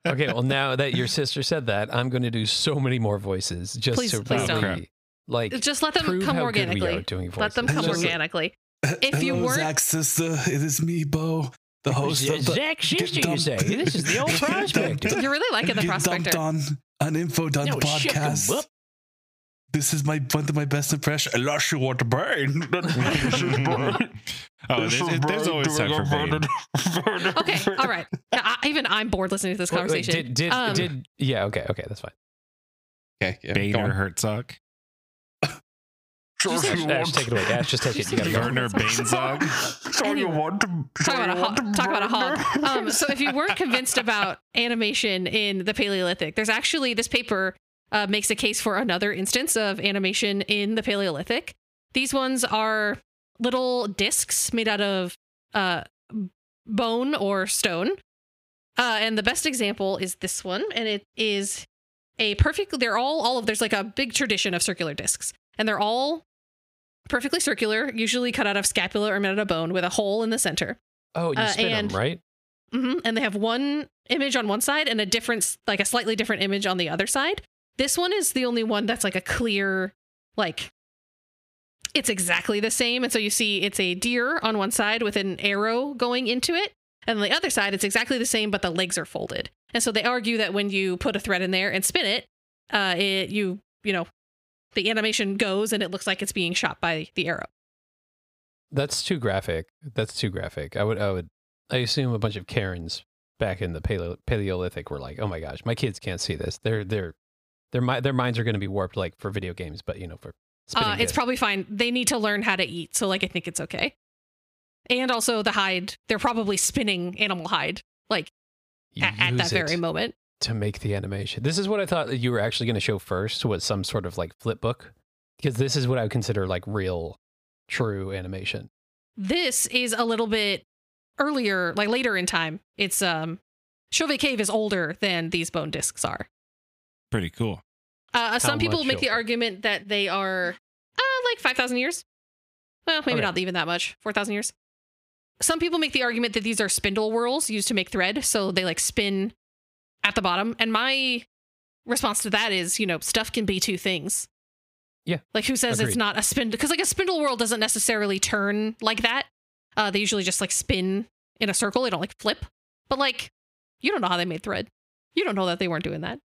C: okay, well now that your sister said that, I'm going to do so many more voices just
D: Please-
C: to
D: please
A: don't.
C: really, like
D: Just let them
C: prove
D: come
C: how good we are
D: organically.
C: at doing voices.
D: Let them come
B: Just-
D: organically. If you
B: Hello,
D: weren't-
B: Zach's sister, it is me, Bo, the host of the
C: Zach
B: Get
C: Schuster, you
B: dumped.
C: say? This is the
B: [laughs]
C: old
B: Get
C: prospect.
B: dumped.
D: You're really
B: [laughs]
D: liking the
B: Get dumped
D: prospector.
B: on an info dumped
C: No, shut the
B: podcast.
C: whoop.
B: This is my one of my best impressions. Unless you want to [laughs] burn.
A: [laughs]
C: [laughs]
A: oh, there's, there's always time for Bane.
D: Okay, all right. Now, I, even I'm bored listening to this
C: Wait, wait,
D: conversation.
C: did did,
D: Um,
C: did yeah? Okay, okay, that's fine.
B: Okay, yeah, go
A: Boehner
B: on.
A: Herzog.
C: Ash, Ash, take it away. Ash, just take it. You gotta go.
A: Werner Bainzog.
D: Anyway. Talk about a hog. Talk about
B: [laughs]
D: a hog. Um, so if you weren't convinced about animation in the Paleolithic, there's actually this paper uh, makes a case for another instance of animation in the Paleolithic. These ones are little discs made out of uh, bone or stone, uh, and the best example is this one, and it is a perfect. They're all all of there's like a big tradition of circular discs, and they're all perfectly circular, usually cut out of scapula or made out of bone, with a hole in the center.
C: Oh, you
D: Uh,
C: spit him,
D: and-
C: right?
D: hmm And they have one image on one side and a different, like a slightly different image on the other side. This one is the only one that's like a clear, like it's exactly the same. And so you see it's a deer on one side with an arrow going into it. And on the other side, it's exactly the same, but the legs are folded. And so they argue that when you put a thread in there and spin it, uh, it you you know, the animation goes and it looks like it's being shot by the arrow.
C: That's too graphic. That's too graphic. I would, I would, I assume a bunch of Karens back in the paleo- Paleolithic were like, "Oh my gosh, my kids can't see this. Their their their mi- their minds are going to be warped, like for video games, but you know, for spinning
D: Uh, it's
C: discs.
D: probably fine. They need to learn how to eat, so like I think it's okay. And also the hide, they're probably spinning animal hide like
C: You
D: a- at that
C: use it
D: very moment.
C: to make the animation. This is what I thought that you were actually going to show first was some sort of like flip book, because this is what I would consider like real, true animation.
D: This is a little bit earlier, like later in time. It's um Chauvet Cave is older than these bone discs are.
A: Pretty cool.
D: Uh, some people
C: much
D: make the
C: older?
D: argument that they are uh, like 5,000 years. Well, maybe
C: Okay.
D: not even that much, 4,000 years. Some people make the argument that these are spindle whorls used to make thread. So they like spin at the bottom. And my response to that is, you know, stuff can be two things.
C: Yeah.
D: Like who says it's
C: Agreed.
D: not a spindle? Because like a spindle whorl doesn't necessarily turn like that. Uh, they usually just like spin in a circle. They don't like flip. But like You don't know how they made thread. You don't know that they weren't doing that.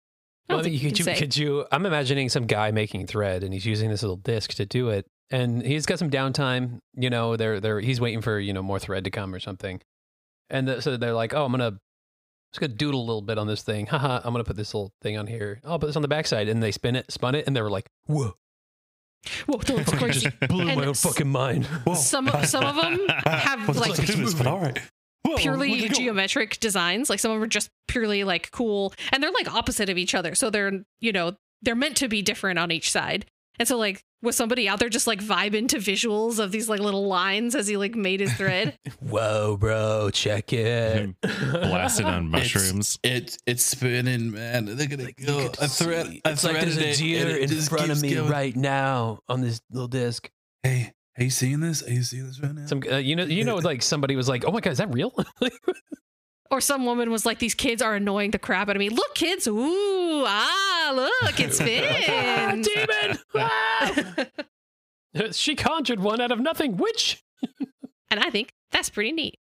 D: I don't
C: Well, I mean,
D: think you
C: could,
D: can
C: you,
D: say.
C: could you? I'm imagining some guy making thread, and he's using this little disc to do it, and he's got some downtime. You know, they're they're he's waiting for you know more thread to come or something, and the, so they're like, oh, I'm gonna just gonna doodle a little bit on this thing. Haha, I'm gonna put this little thing on here. I'll put this on the backside, and they spin it, spun it, and they were like, whoa,
D: Whoa, that looks
A: [laughs]
C: fucking
D: crazy.
C: just blew
D: And
C: my own
D: s-
C: fucking mind.
B: Whoa.
D: Some some of them have
B: [laughs] What's
D: like
B: up with this? But all right. Whoa, where'd
D: purely
B: it go?
D: geometric designs. Like some of them are just purely like cool, and they're like opposite of each other. So they're you know they're meant to be different on each side. And so like was somebody out there just like vibing to visuals of these like little lines as he like made his thread?
C: [laughs] Whoa, bro, check it.
A: [laughs] Blasted on
B: It's-
A: mushrooms.
B: It it's spinning, man. Look at it
C: Like, you
B: go.
C: could
B: I thread.
C: see.
B: I
C: It's like there's
B: threaded
C: a
B: it,
C: deer
B: and it
C: in
B: just
C: front of
B: keeps
C: me
B: going.
C: right now on this little disc.
B: Hey, are you seeing this? Are you seeing this right now?
C: Some, uh, you know, you know, like somebody was like, "Oh my god, is that real?"
D: or some woman was like, "These kids are annoying the crap out of me. Look, kids, ooh, ah, look, it's
C: Ah,
D: Finn."
C: demon! Ah! [laughs] she conjured one out of nothing. Which
D: [laughs] and I think that's pretty neat.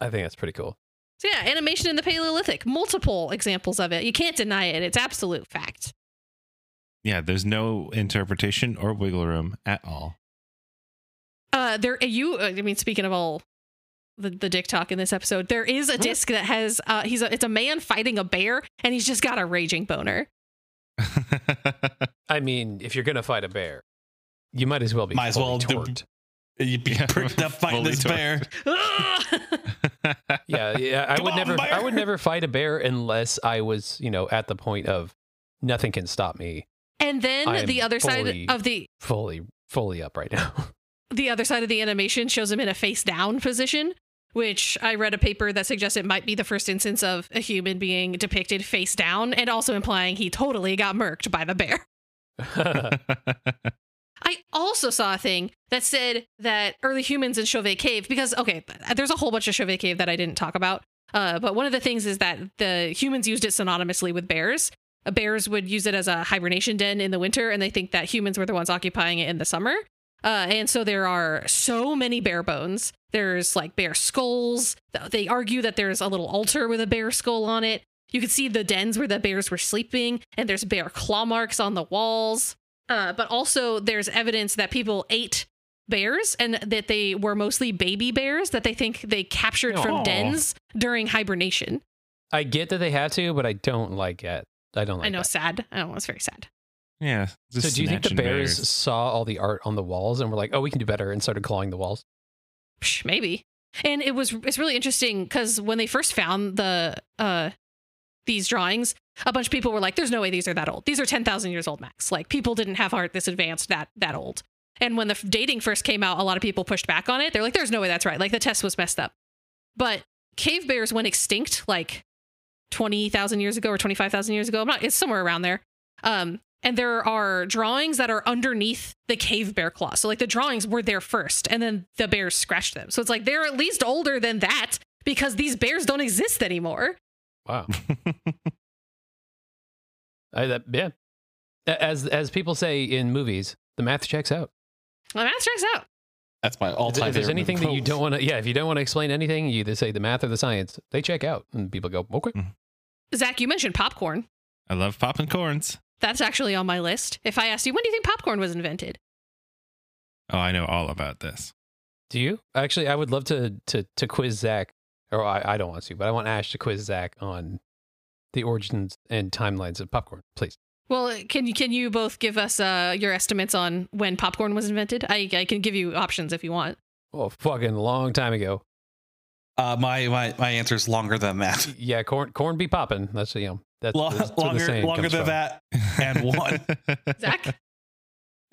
C: I think that's pretty cool.
D: So yeah, animation in the Paleolithic, multiple examples of it. You can't deny it. It's absolute fact.
A: Yeah, there's no interpretation or wiggle room at all. [laughs]
D: Uh, there you. uh, I mean, speaking of all the the dick talk in this episode, there is a disc that has. Uh, he's a, it's a man fighting a bear, and he's just got a raging boner. [laughs]
C: I mean, if you're gonna fight a bear, you might as well be
B: Might as
C: fully
B: well do- [laughs]
C: torqued.
B: You'd be
A: Yeah,
B: pricked up fighting
A: fully
B: this
A: torqued.
B: bear.
C: yeah, yeah. I
B: Come
C: would
B: on,
C: never. I
B: bear.
C: would never fight a bear unless I was, you know, at the point of nothing can stop me.
D: and
C: I
D: then
C: am
D: the other
C: fully-
D: side of the
C: Fully, fully up right now. [laughs]
D: the other side of the animation shows him in a face down position, which I read a paper that suggests it might be the first instance of a human being depicted face down, and also implying he totally got murked by the bear. I also saw a thing that said that early humans in Chauvet Cave, because, okay, there's a whole bunch of Chauvet Cave that I didn't talk about. Uh, but one of the things is that the humans used it synonymously with bears. Uh, Bears would use it as a hibernation den in the winter, and they think that humans were the ones occupying it in the summer. Uh, and so there are so many bear bones. There's like bear skulls. Th- They argue that there's a little altar with a bear skull on it. You can see the dens where the bears were sleeping, and there's bear claw marks on the walls. Uh, but also, there's evidence that people ate bears and that they were mostly baby bears that they think they captured
C: Aw.
D: from dens during hibernation.
C: I get that they had to, but I don't like it. I don't like.
D: I know,
C: that.
D: sad. I know, it's very sad.
A: [laughs] yeah.
C: So
A: just
C: do you think the
A: snatching
C: bears, saw all the art on the walls and were like, "Oh, we can do better," and started clawing the walls?
D: Psh, maybe. And it was it's really interesting because when they first found the uh these drawings, a bunch of people were like, "There's no way these are that old. These are ten thousand years old max. Like people didn't have art this advanced that that old." And when the f- dating first came out, a lot of people pushed back on it. They're like, "There's no way that's right. Like the test was messed up." But cave bears went extinct like twenty thousand years ago or twenty five thousand years ago. I'm not. It's somewhere around there. Um, and there are drawings that are underneath the cave bear claw. So like the drawings were there first, and then the bears scratched them. So it's like they're at least older than that because these bears don't exist anymore.
C: Wow.
A: bears.
C: I, that, yeah. A- As as people say in movies, the math checks out.
D: Well, that checks out.
B: That's my
C: If
B: all-time.
C: if there's
B: favorite
C: anything
B: movie.
C: that you don't want to, yeah, if you don't want to explain anything, you either say the math or the science. They check out, and people go, "Okay."
D: Zach, you mentioned popcorn.
A: [laughs] I love popping corns.
D: That's actually on my list. If I asked you, when do you think popcorn was invented?
A: Oh, I know all about this.
C: Do you actually? I would love to to to quiz Zach, or I, I don't want to, but I want Ash to quiz Zach on the origins and timelines of popcorn, please.
D: Well, can you can you both give us uh, your estimates on when popcorn was invented? I, I can give you options if you want.
C: Oh, fucking long time ago.
B: Uh, my my my answer is longer than that.
C: Yeah, corn corn be popping. That's you know
B: [laughs]
C: that's,
B: Lo-
C: that's where the
B: longer
C: saying
B: longer
C: comes
B: than
C: from.
B: that.
A: [laughs]
B: And one.
D: Zach,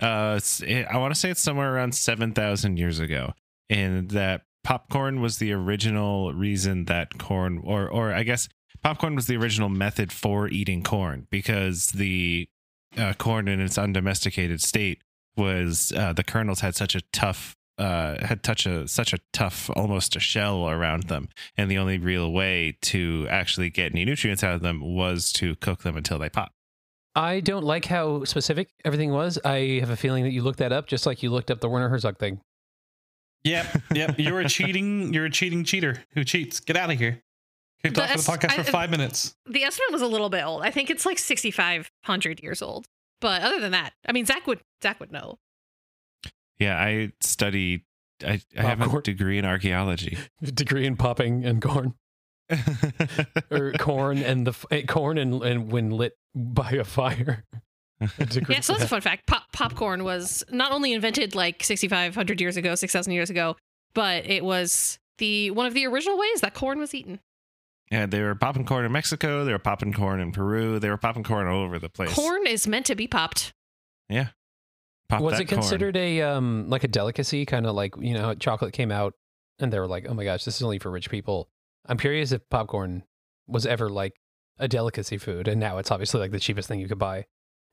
A: Uh, it's- it- I want to say it's somewhere around 7,000 years ago. And that popcorn was the original reason that corn, or, or I guess popcorn was the original method for eating corn because the uh, corn in its undomesticated state was uh, the kernels had such a tough uh, had touch a such a tough almost a shell around them and the only real way to actually get any nutrients out of them was to cook them until they pop
C: I don't like how specific everything was. I have a feeling that you looked that up, just like you looked up the Werner Herzog thing.
B: Yep, yep. You're a cheating. You're a cheating cheater who cheats. Get out of here.
E: Kicked
D: The
E: off of the
D: S-
E: podcast for
D: I-
E: five minutes.
D: The estimate was a little bit old. I think it's like 6,500 years old. But other than that, I mean, Zach would Zach would know.
A: Yeah, I study. I, I have a
C: Popcorn.
A: degree in archaeology.
C: Degree in popping and corn, [laughs]
A: [laughs]
C: or corn and the f- eh, corn and, and when lit by a fire. A degree-
D: Yeah,
C: [laughs]
D: so that's a fun fact. Pop- popcorn was not only invented like 6,500 years ago, 6,000 years ago, but it was the one of the original ways that corn was eaten.
A: yeah, they were popping corn in Mexico. They were popping corn in Peru. They were popping corn all over the place.
D: Corn is meant to be popped.
A: Pop
C: was
A: that
C: it
A: corn.
C: considered a um like a delicacy kind of like you know how chocolate came out and they were like oh my gosh this is only for rich people i'm curious if popcorn was ever like a delicacy food and now it's obviously like the cheapest thing you could buy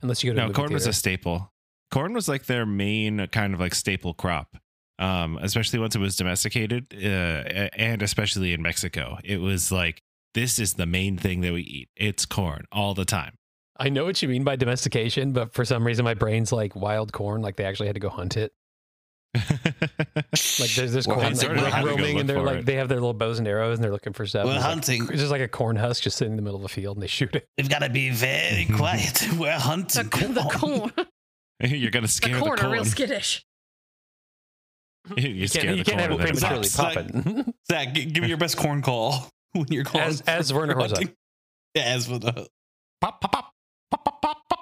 C: unless you go to a
A: No,
C: movie
A: corn was a
C: theater.
A: staple. Corn was like their main kind of like staple crop, um, especially once it was domesticated, uh, a- and especially in Mexico. It was like this is the main thing that we eat. It's corn all the time. [laughs]
C: I know what you mean by domestication but for some reason my brain's like wild corn like they actually had to go hunt it like there's this
B: Well,
C: corn
B: they
C: like,
B: started
C: ro-
B: having to go
C: roaming
A: look
C: and they're
A: for
C: like
A: it.
C: they have their little bows and arrows and they're looking for stuff
B: We're
C: It's like-
B: hunting.
C: it's just like a corn husk just sitting in the middle of a field and they shoot it
B: We've got to be
C: [laughs]
B: very quiet. [laughs] We're
D: The,
B: hunting.
D: the corn,
A: You're gonna scare
D: the
A: the
D: corn
A: corn.
D: are real skittish.
A: [laughs] you you
C: can't,
A: scare the
C: you can't have it
A: corn. and then
C: prematurely
A: it
B: pops.
C: popping
B: [laughs] Zach, g- give me your best corn call [laughs] when you're calling.
C: [laughs] as as Werner
B: you're
C: Herzog
B: hunting. Yeah, as for the
C: pop pop pop pop pop pop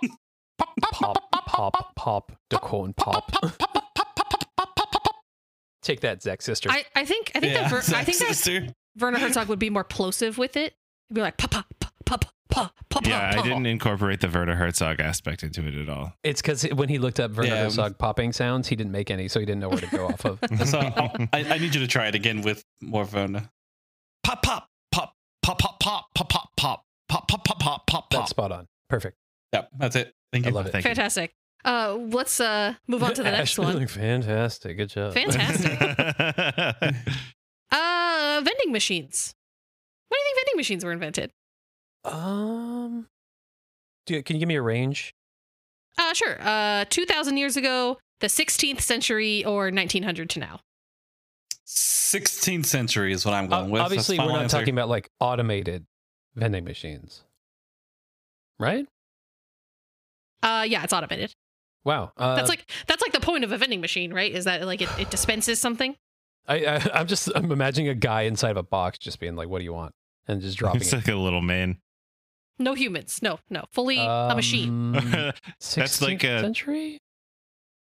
C: pop pop pop pop pop the corn pop [laughs] take that zach sister
D: I, I think I think
B: yeah,
D: that Ver- I
B: Zach's [laughs]
D: think that
B: sister.
D: Werner Herzog would be more plosive with it. He'd be like pop pop pop pop pop.
A: Yeah, I
D: [laughs]
A: didn't incorporate the Werner Herzog aspect into it at
C: [laughs]
A: all.
C: it's because when he looked up Werner
B: Yeah.
C: Herzog popping sounds he didn't make any so he didn't know where to go
B: [laughs]
C: off of
B: So I, I I need you to try it again with more Verna.
E: Pop, pop, pop, pop, pop, pop, pop, pop, pop, pop, pop, pop, pop, pop,
C: that's
E: pop.
C: spot on perfect
B: Yep, that's it. Thank
C: i
B: you.
C: love
A: [laughs]
C: it
A: Thank you.
D: Fantastic. Uh, let's uh move on
C: [laughs]
D: to the next
C: Ashley,
D: one.
C: like, fantastic good job
A: [laughs]
D: Fantastic. Uh, vending machines. When do you think vending machines were invented?
C: um do you- can you give me a range
D: Uh, sure. Uh, 2,000 years ago, the 16th century, or 1900 to now.
B: 16th century is what I'm going with. That's
C: Uh, obviously
B: my
C: we're not
B: answer.
C: talking about like automated vending machines right
D: Uh, yeah, it's automated.
C: wow uh,
D: That's like that's like the point of a vending machine, right? Is that like it, it dispenses something?
C: I, I [laughs] I'm just I'm imagining a guy inside of a box just being like, "What do you want?" and just dropping
A: It's
C: it.
A: like a little man.
D: No humans. No, no. Fully a
C: Um,
D: machine.
A: [laughs] That's like
C: 16th
A: a-
C: century.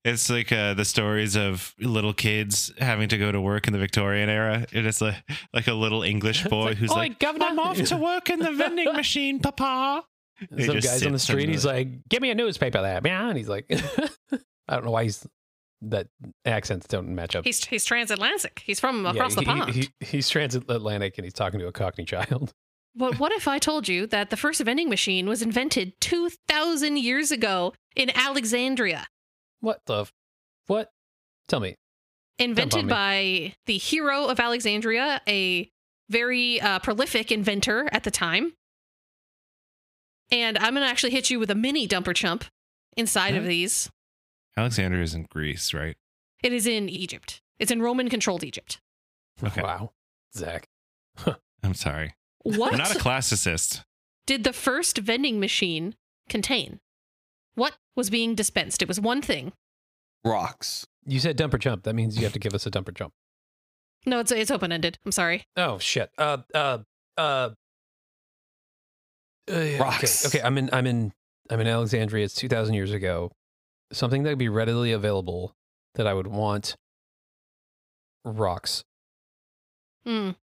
A: It's like uh, the stories of little kids having to go to work in the Victorian era. And it's like, like a little English boy who's like,
C: Governor,
A: I'm off [laughs] to work
D: [laughs]
A: in the vending machine, Papa. He
C: Some
A: just
C: guy's on the
A: sits in
C: street.
A: the-
C: He's like, "Give me a newspaper there, man." And he's like, [laughs] "I don't know why he's that accents don't match up."
D: He's he's transatlantic. He's from
C: Yeah,
D: across
C: he-
D: the pond.
C: He, [laughs] he, he's transatlantic and he's talking to a Cockney child. [laughs]
D: But what if I told you that the first vending machine was invented 2,000 years ago in Alexandria,
C: What the? F- what? Tell me.
D: invented
C: me.
D: by the hero of Alexandria, a very uh, prolific inventor at the time? And I'm going to actually hit you with a mini dumper chump inside of
A: Huh?
D: these.
A: Alexander is in Greece, right?
D: It is in Egypt, it's in Roman controlled Egypt.
A: Okay.
C: Wow, Zach.
A: I'm sorry.
D: What
A: I'm [laughs] not a classicist.
D: did the first vending machine contain? What was being dispensed? It was one thing.
B: rocks.
C: You said dumper jump. That means you have to give us a dumper jump.
D: No, it's, it's open ended. I'm sorry.
C: [laughs] Oh shit. Uh uh uh. uh, yeah,
B: Rocks.
C: Okay. okay, I'm in. I'm in. I'm in Alexandria. It's 2,000 years ago. Something that would be readily available that I would want. Rocks.
D: Mm.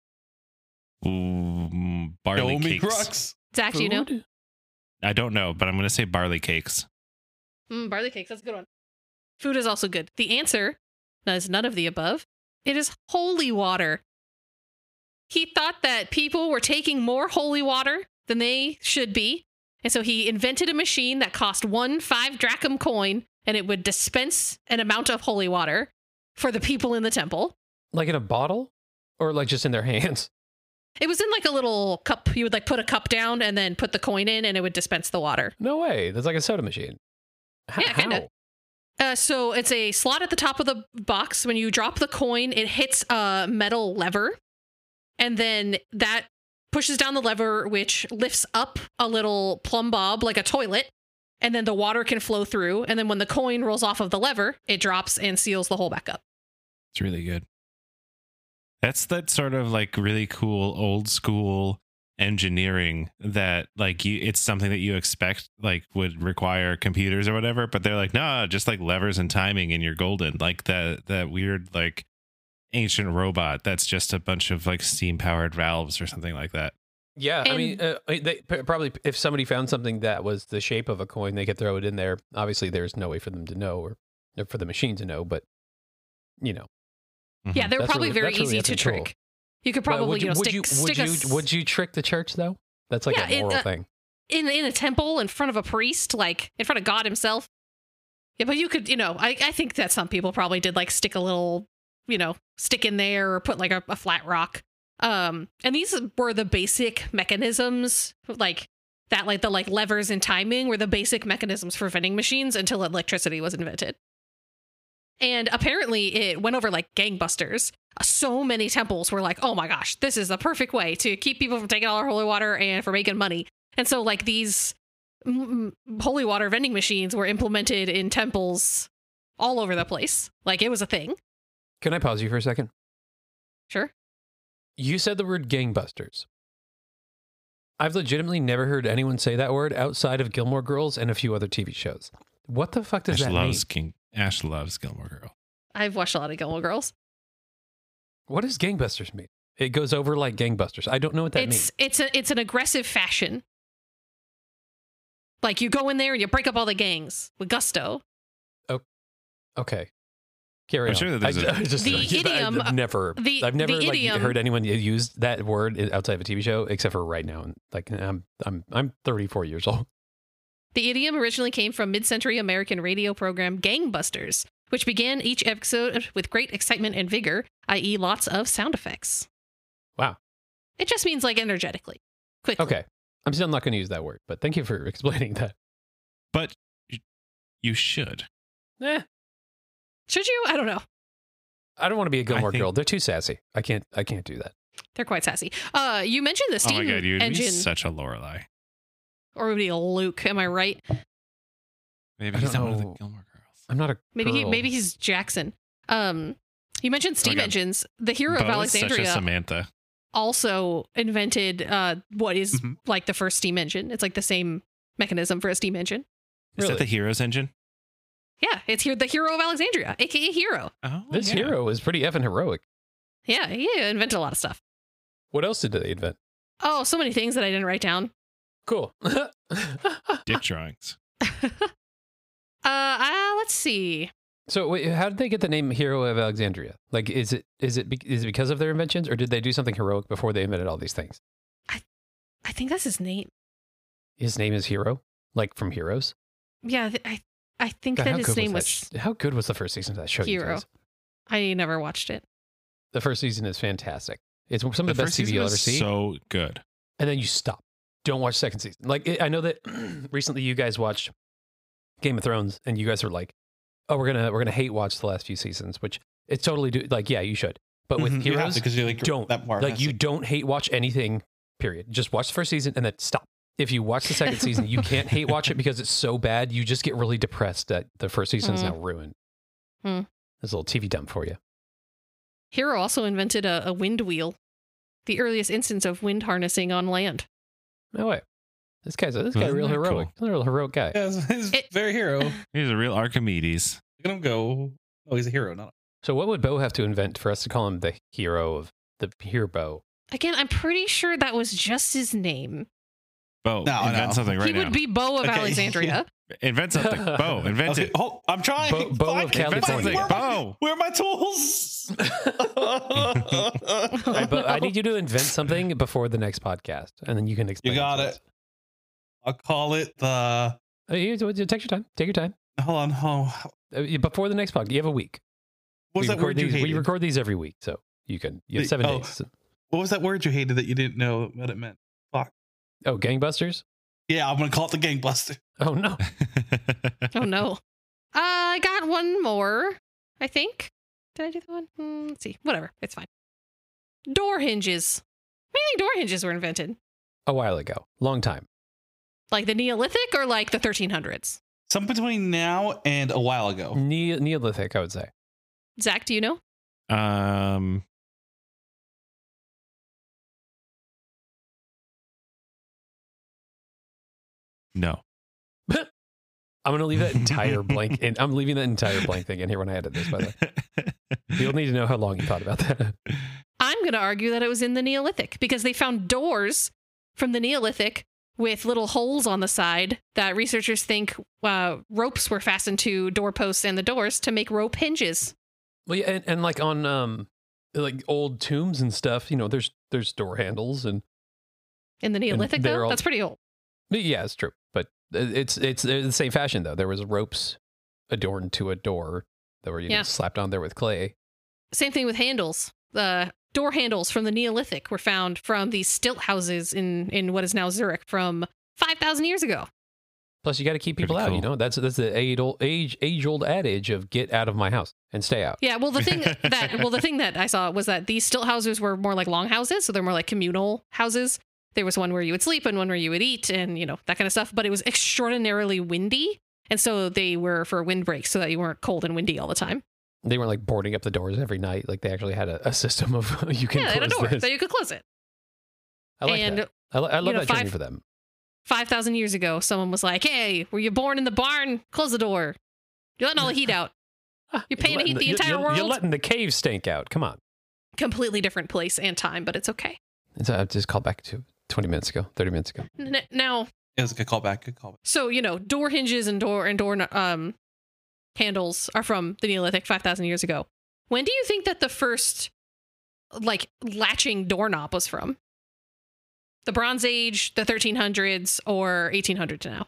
A: Ooh, mm, barley
B: Naomi
A: cakes.
B: rocks.
D: Zach, do you know?
C: Food?
A: I don't know, but I'm going to say barley cakes.
D: Mm, barley cakes. That's a good one. Food is also good. The answer is none of the above. It is holy water. He thought that people were taking more holy water than they should be. And so he invented a machine that cost one five drachm coin and it would dispense an amount of holy water for the people in the temple.
C: Like in a bottle, or like just in their [laughs] hands.
D: It was in like a little cup. You would like put a cup down and then put the coin in and it would dispense the water.
C: No way. That's like a soda machine. H-
D: Yeah, kinda.
C: how?
D: Uh, so it's a slot at the top of the box. When you drop the coin, it hits a metal lever, and then that pushes down the lever, which lifts up a little plumb bob like a toilet, and then the water can flow through. And then when the coin rolls off of the lever, it drops and seals the hole back up.
A: It's really good. That's that sort of like really cool old school engineering that like you it's something that you expect like would require computers or whatever but they're like nah just like levers and timing and you're golden like that that weird like ancient robot that's just a bunch of like steam powered valves or something like that
C: Yeah, I mean, uh, they p- probably if somebody found something that was the shape of a coin, they could throw it in there. Obviously, there's no way for them to know or or for the machine to know, but you know,
A: Mhm.
D: Yeah,
C: Mm-hmm.
D: they're
C: That's
D: probably
C: really-
D: very
C: that's really
D: easy to
C: effing cool.
D: trick. You could
C: But
D: probably
C: would
D: you, know
C: would
D: stick
C: you,
D: stick
C: would
D: a
C: you
D: s-
C: would you trick the church though? That's like
D: Yeah, it-
C: a moral
D: uh,
C: thing.
D: in in a temple in front of a priest, like in front of God Himself. Yeah, but you could, you know, I, I think that some people probably did like stick a little, you know, stick in there or put like a, a flat rock. Um, and these were the basic mechanisms, like that, like the like levers and timing were the basic mechanisms for vending machines until electricity was invented. And apparently, it went over like gangbusters. So many temples were like, "Oh my gosh, this is the perfect way to keep people from taking all our holy water and for making money." And so, like, these m- m- holy water vending machines were implemented in temples all over the place. Like, it was a thing.
C: Can I pause you for a second?
D: Sure.
C: You said the word gangbusters. I've legitimately never heard anyone say that word outside of Gilmore Girls and a few other TV shows. What the fuck does
A: Ash
C: that
A: loves
C: mean?
A: King Ash loves Gilmore Girl
D: I've watched a lot of Gilmore Girls.
C: What does gangbusters mean? It goes over like gangbusters. I don't know what that means.
D: it's it's a, it's an aggressive fashion. Like you go in there and you break up all the gangs with gusto.
C: Okay. Carry
A: I'm
C: on.
A: sure that there's
C: I-
A: a-
C: I just-
D: The
C: I just-
D: idiom-
C: I've never,
D: the-
C: I've never
D: the
C: like,
D: idiom-
C: heard anyone use that word outside of a TV show except for right now. And like I'm, I'm, I'm 34 years old. [laughs]
D: The idiom originally came from mid-century American radio program Gangbusters, which began each episode with great excitement and vigor, i.e., lots of sound effects.
C: Wow.
D: It just means like energetically, quickly.
C: Okay. I'm still not going to use that word, but thank you for [laughs] explaining that.
A: but you- you should
C: Eh,
D: Should you? I don't know.
C: I don't want to be a Gilmore
A: think-
C: girl. They're too sassy. I can't, I can't do that.
D: They're quite sassy. Uh, you mentioned the
A: oh
D: steam
A: my god you'd be
D: engine,
A: such a Lorelei
D: or would be a Luke? Am I right?
A: maybe
C: I
A: he's
C: don't
A: not one of the
C: know.
A: Gilmore Girls
C: I'm not a
D: Maybe he,
C: girl.
D: maybe he's Jackson. Um, you mentioned steam
A: Oh God.
D: engines. The hero of
A: Bo is such a
D: Alexandria
A: Samantha
D: also invented uh, what is
A: Mhm.
D: like the first steam engine. It's like the same mechanism for a steam engine.
A: is
C: Really?
A: that the hero's engine
D: Yeah, it's here the hero of Alexandria, aka Hero.
A: oh
C: This
A: yeah.
C: [laughs] hero is pretty effing heroic.
D: Yeah, he invented a lot of stuff.
C: What else did they invent?
D: Oh, so many things that I didn't write down.
C: Cool. [laughs]
A: dick drawings
D: Uh, uh let's see.
C: so, wait, how did they get the name Hero of Alexandria? Like, is it is it be- is it because of their inventions, or did they do something heroic before they invented all these things?
D: I think that's his name.
C: His name is Hero, like from Heroes.
D: Yeah, th- I I think
C: God,
D: that
C: how
D: his
C: good
D: name
C: was,
D: was.
C: that sh- how good was the first season of that show? you
D: Hero.
C: guys?
D: I never watched it.
C: The first season is fantastic. It's some of the, best
A: first
C: TV
A: season
C: you'll
A: is
C: ever see.
A: so good
C: and then you stop. Don't watch second season. Like I know that [clears throat] recently you guys watched Game of Thrones, and you guys were like, "Oh, we're gonna we're gonna hate watch the last few seasons," which it's totally do. Like, yeah, you should. But
B: Mm-hmm.
C: with
E: Mhm, you have
C: Heroes,
E: to, 'cause you're like,
C: don't
E: that part
C: like
E: has
C: you
E: to-
C: don't hate watch anything. Period. Just watch the first season and then stop. If you watch the second season, you can't hate watch it because it's so bad. You just get really depressed that the first season is
D: Mm.
C: now ruined.
D: Mm.
C: There's a little TV dump for you.
D: Hero also invented a, a wind wheel, the earliest instance of wind harnessing on land.
C: No way. This guy's a, this guy's
A: Isn't
C: real
A: that
E: Mm-hmm.
C: heroic. He's a real heroic guy.
E: Yeah, he's, he's
D: It-
C: [laughs]
E: very hero. Look
A: he's a real Archimedes
E: at him go. Oh, he's a hero. Not
C: So what would Bo have to invent for us to call him the hero of the hero Bo?
D: Again, I'm pretty sure that was just his name.
A: Bo
E: No,
A: invent
E: no.
A: something right
D: he
A: now
D: would be Bo
A: [laughs]
D: of
E: Okay,
D: Alexandria.
A: invent something Bo invent
E: okay,
A: it
E: oh, I'm trying.
C: Bo- Bo of
E: Fuck,
A: invent
C: California.
A: something
E: Where,
A: Bo [laughs]
E: where are my [laughs] tools?
D: Oh,
C: But I
D: no.
C: need you to invent something before the next podcast, and then you can explain.
E: got
C: to
E: it.
C: us.
E: I'll call it the.
C: Uh, you- you- Take your time. Take your time.
E: Hold on. Hold on.
C: Uh, Before the next podcast, you have a week.
E: What
C: we
E: was that
C: record
E: word you
C: these,
E: hated?
C: We record these every week, so you can. You have
E: The-
C: seven
E: oh.
C: days.
E: what was that word you hated that you didn't know what it meant?
C: Oh, gangbusters!
E: Yeah, I'm gonna call it the gangbuster.
C: Oh no!
D: oh no. Uh, I got one more, I think. Did I do that one? Hmm, let's see. Whatever. It's fine. Door hinges. do you think door hinges were invented?
C: a while ago, long time.
D: Like the Neolithic or like the 1300s?
F: Some between now and a while
E: Oh.
F: ago.
C: Ne- Neolithic, I would say.
D: Zach, do you know?
A: Um, no.
C: I'm gonna leave
E: [laughs]
C: that entire blank. In, I'm leaving that entire blank thing in here when I edit this. By the way,
A: [laughs]
C: you'll need to know how long you thought about that. [laughs]
D: I'm going to argue that it was in the Neolithic because they found doors from the Neolithic with little holes on the side that researchers think uh, ropes were fastened to doorposts and the doors to make rope hinges.
C: Well, yeah, and, and like on um, like old tombs and stuff, you know, there's there's door handles and
D: In the Neolithic,
C: they're
D: though,
C: all-
D: that's pretty old.
C: but yeah, it's true. But it- it's it's in the same fashion though. There was ropes adorned to a door that were you
D: Yeah.
C: know slapped on there with clay.
D: Same thing with handles. The door handles from the Neolithic were found from the stilt houses in, in what is now Zurich from 5,000 years ago.
C: Plus, you got to keep people
A: Pretty
C: out. You
A: cool.
C: know, that's that's the age old age age old adage of get out of my house and stay out.
D: Yeah, well, the
C: [laughs]
D: thing that well, the thing that I saw was that these stilt houses were more like long houses, so they're more like communal houses. There was one where you would sleep and one where you would eat, and you know that kind of stuff. But it was extraordinarily windy, and so they were for windbreaks so that you weren't cold and windy all the time.
C: They weren't like boarding up the doors every night. Like they actually had a, a system of [laughs] you can
D: yeah, they had
C: close
D: a door
C: this.
D: so you could close it.
C: I like
D: and
C: that. I, li- I love
D: know,
C: that journey
D: five-
C: for them.
D: five thousand years ago, someone was like, "Hey, were you born in the barn? Close the door. You're letting
C: [laughs]
D: all the heat out. You're
C: Ah,
D: paying to
C: letting
D: heat the
C: you-
D: entire
C: you're,
D: world."
C: You're letting the cave stink out. Come on.
D: Completely different place and time, but it's okay.
C: And so I just called back to 20 minutes ago, 30 minutes ago.
D: N- now,
F: It was a good callback. Good callback.
D: so you know door hinges and door and door um handles are from the neolithic 5000 years ago when do you think that the first like latching doorknob was from the bronze age the 1300s or 1800 to now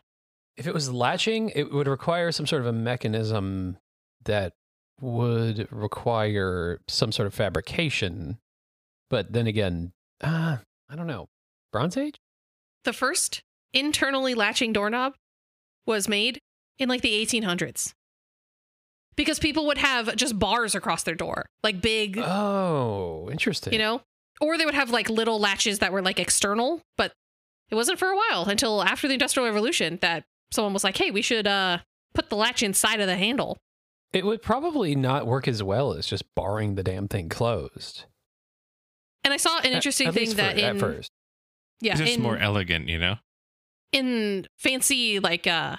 C: If it was latching, it would require some sort of a mechanism that would require some sort of fabrication. But then again, uh, I don't know. Bronze Age?
D: the first internally latching doorknob was made in like the 1800s because people would have just bars across their door like big
C: Oh, interesting.
D: you know or they would have like little latches that were like external but it wasn't for a while until after the industrial revolution that someone was like hey we should uh put the latch inside of the handle
C: it would probably not work as well as just barring the damn thing closed.
D: and i saw an
C: At-
D: interesting
C: at
D: thing
C: least
D: that
C: for-
D: in
C: at first.
D: yeah
A: it's just
D: in,
A: more elegant, you know?
D: in fancy like uh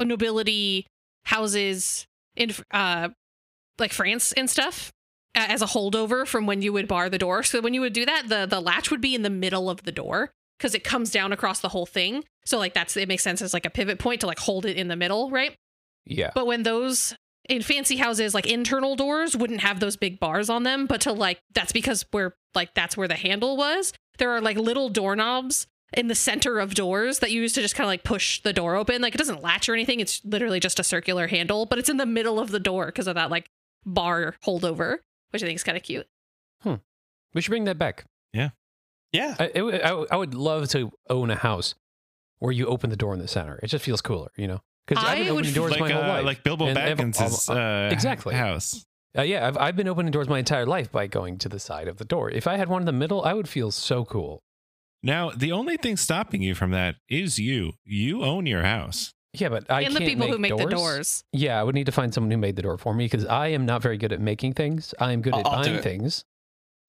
D: nobility houses in uh like france and stuff a- as a holdover from when you would bar the door so when you would do that the the latch would be in the middle of the door because it comes down across the whole thing so like that's it makes sense as like a pivot point to like hold it in the middle right
C: Yeah.
D: but when those in fancy houses like internal doors wouldn't have those big bars on them but to like that's because where like that's where the handle was there are like little doorknobs in the center of doors that you use to just kind of like push the door open like it doesn't latch or anything it's literally just a circular handle but it's in the middle of the door because of that like bar holdover which i think is kind of cute
C: We should bring that back.
F: Yeah.
C: I, it, would- I, would- I would love to own a house where you open the door in the center. It just feels cooler, you know. Because
D: I
C: I've been
D: would
C: opening doors
A: like,
C: my whole
A: uh,
C: life.
A: like Bilbo
C: And I've-
A: Baggins's
C: I've-
A: uh,
C: exactly.
A: house.
C: uh, yeah, I've, I've been opening doors my entire life by going to the side of the door. If I had one in the middle, I would feel so cool.
A: Now, the only thing stopping you from that is you. You own your house.
C: Yeah, but I
D: and the
C: can't
D: people who make
C: doors.
D: the doors
C: Yeah, I would need to find someone who made the door for me because I am not very good at making things. I am good
F: I'll-
C: at
F: I'll do
C: buying
F: it.
C: things.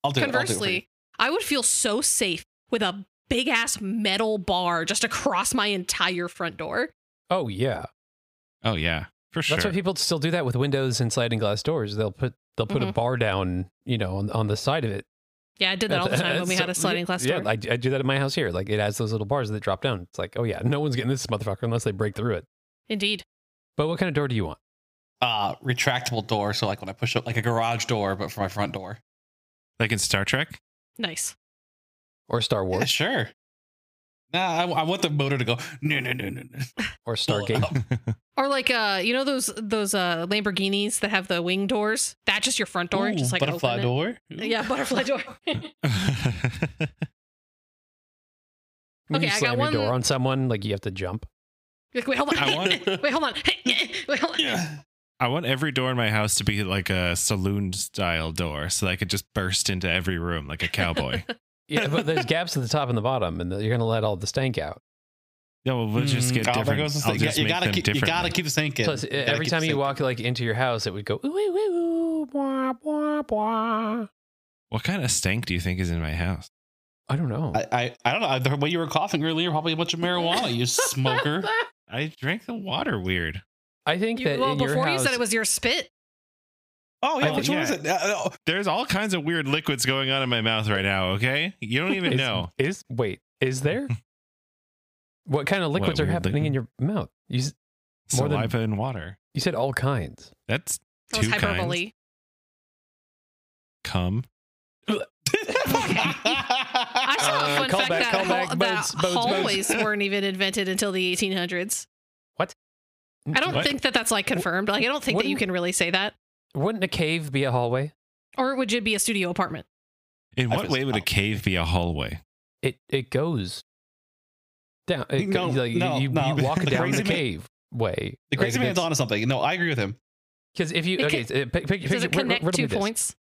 F: I'll do it. I'll do it for you.
D: conversely i would feel so safe with a big ass metal bar just across my entire front door
C: Oh yeah,
A: Oh, yeah, for sure.
C: that's why people still do that with windows and sliding glass doors. They'll put they'll put a
D: Mhm.
C: bar down, you know, on, on the side of it
D: Yeah, I did that
C: [laughs]
D: all the time when we
C: So-
D: had a sliding glass
C: yeah,
D: door.
C: I, I do that at my house here. Like it has those little bars that drop down. It's like, oh yeah, no one's getting this motherfucker unless they break through it.
D: Indeed.
C: But what kind of door do you want?
F: Uh, retractable door. So like when I push up, like a garage door, but for my front door.
A: like in Star Trek?
D: Nice.
C: Or Star
F: Yeah,
C: Wars?
F: sure. Nah, I, I want the motor to go. No, no, no, no, no. Pull
C: Or
F: it [laughs]
C: Stargate?
F: up.
D: Or like uh, you know those those uh Lamborghinis that have the wing doors? That's just your front door,
F: Ooh,
D: just like
F: butterfly
D: open it.
F: door. Ooh.
D: Yeah, butterfly door. [laughs]
C: When
D: Okay,
C: you
D: I got
C: slam your
D: one-
C: door on someone, like you have to jump.
D: like, wait, hold on.
A: I want-
D: [laughs] wait, hold on. wait, hold on.
F: Yeah.
A: I want every door in my house to be like a saloon style door so that I could just burst into every room like a cowboy.
C: yeah, but
D: [laughs]
C: there's gaps at the top and the bottom, and you're gonna let all the stank out.
A: No, we'll
B: Hmm.
A: just get
F: Oh, there
A: different.
F: goes the
A: I'll
F: stink.
A: just
F: you
A: make
F: gotta
A: them
F: keep, you
A: differently.
F: gotta keep thinking.
C: Plus, e,
F: You gotta
C: every
F: keep
C: time you
F: thinking.
C: walk like into your house, it would go ooh ooh ooh blah blah blah.
A: what kind of stank do you think is in my house?
C: I don't know.
F: I, I, I don't know. The way you were coughing earlier, probably a bunch of marijuana.
D: [laughs]
F: You smoker.
A: I drank the water weird.
C: I think
D: You-
C: that
D: well,
C: in your
D: before
C: house,
D: you said it was your spit.
F: Oh yeah,
A: I-
F: which one
A: yeah.
F: is it? Uh, [laughs] no.
A: There's all kinds of weird liquids going on in my mouth right now, okay? You don't even
C: is,
A: know.
C: Is wait,
A: [laughs]
C: is there? what kind of
A: What,
C: liquids are
A: weird
C: happening in your mouth? You s- more than-
A: Saliva and water.
C: you said all kinds.
A: That's
D: That was
A: two
D: hyperbole.
A: kinds. Cum.
D: I saw
C: Uh,
D: a fun
C: call
D: fact
C: back,
D: that,
C: call back,
D: hall-
C: boats,
D: that
C: boats, boats.
D: hallways weren't even invented until the 1800s. I don't
A: What?
D: think that that's like confirmed. Like I don't think that you
C: Wouldn't-
D: can really say that.
C: Wouldn't a cave be a hallway?
D: Or it would just be a studio apartment.
A: In
F: I
A: what
F: was-
A: way would a cave be a hallway?
C: It it goes down. It
F: No,
C: goes, like, you-
F: no,
C: you,
F: no.
C: you walk
F: The
C: down
F: crazy
C: the
F: man-
C: cave way.
F: the crazy man's onto something. No, I agree with him.
C: Because if you
D: It
C: okay,
D: can-
C: so, uh, pic- pic-
D: Does
C: picture-
D: it
C: ri- ri-
D: connect
C: riddle me
D: two
C: this.
D: points?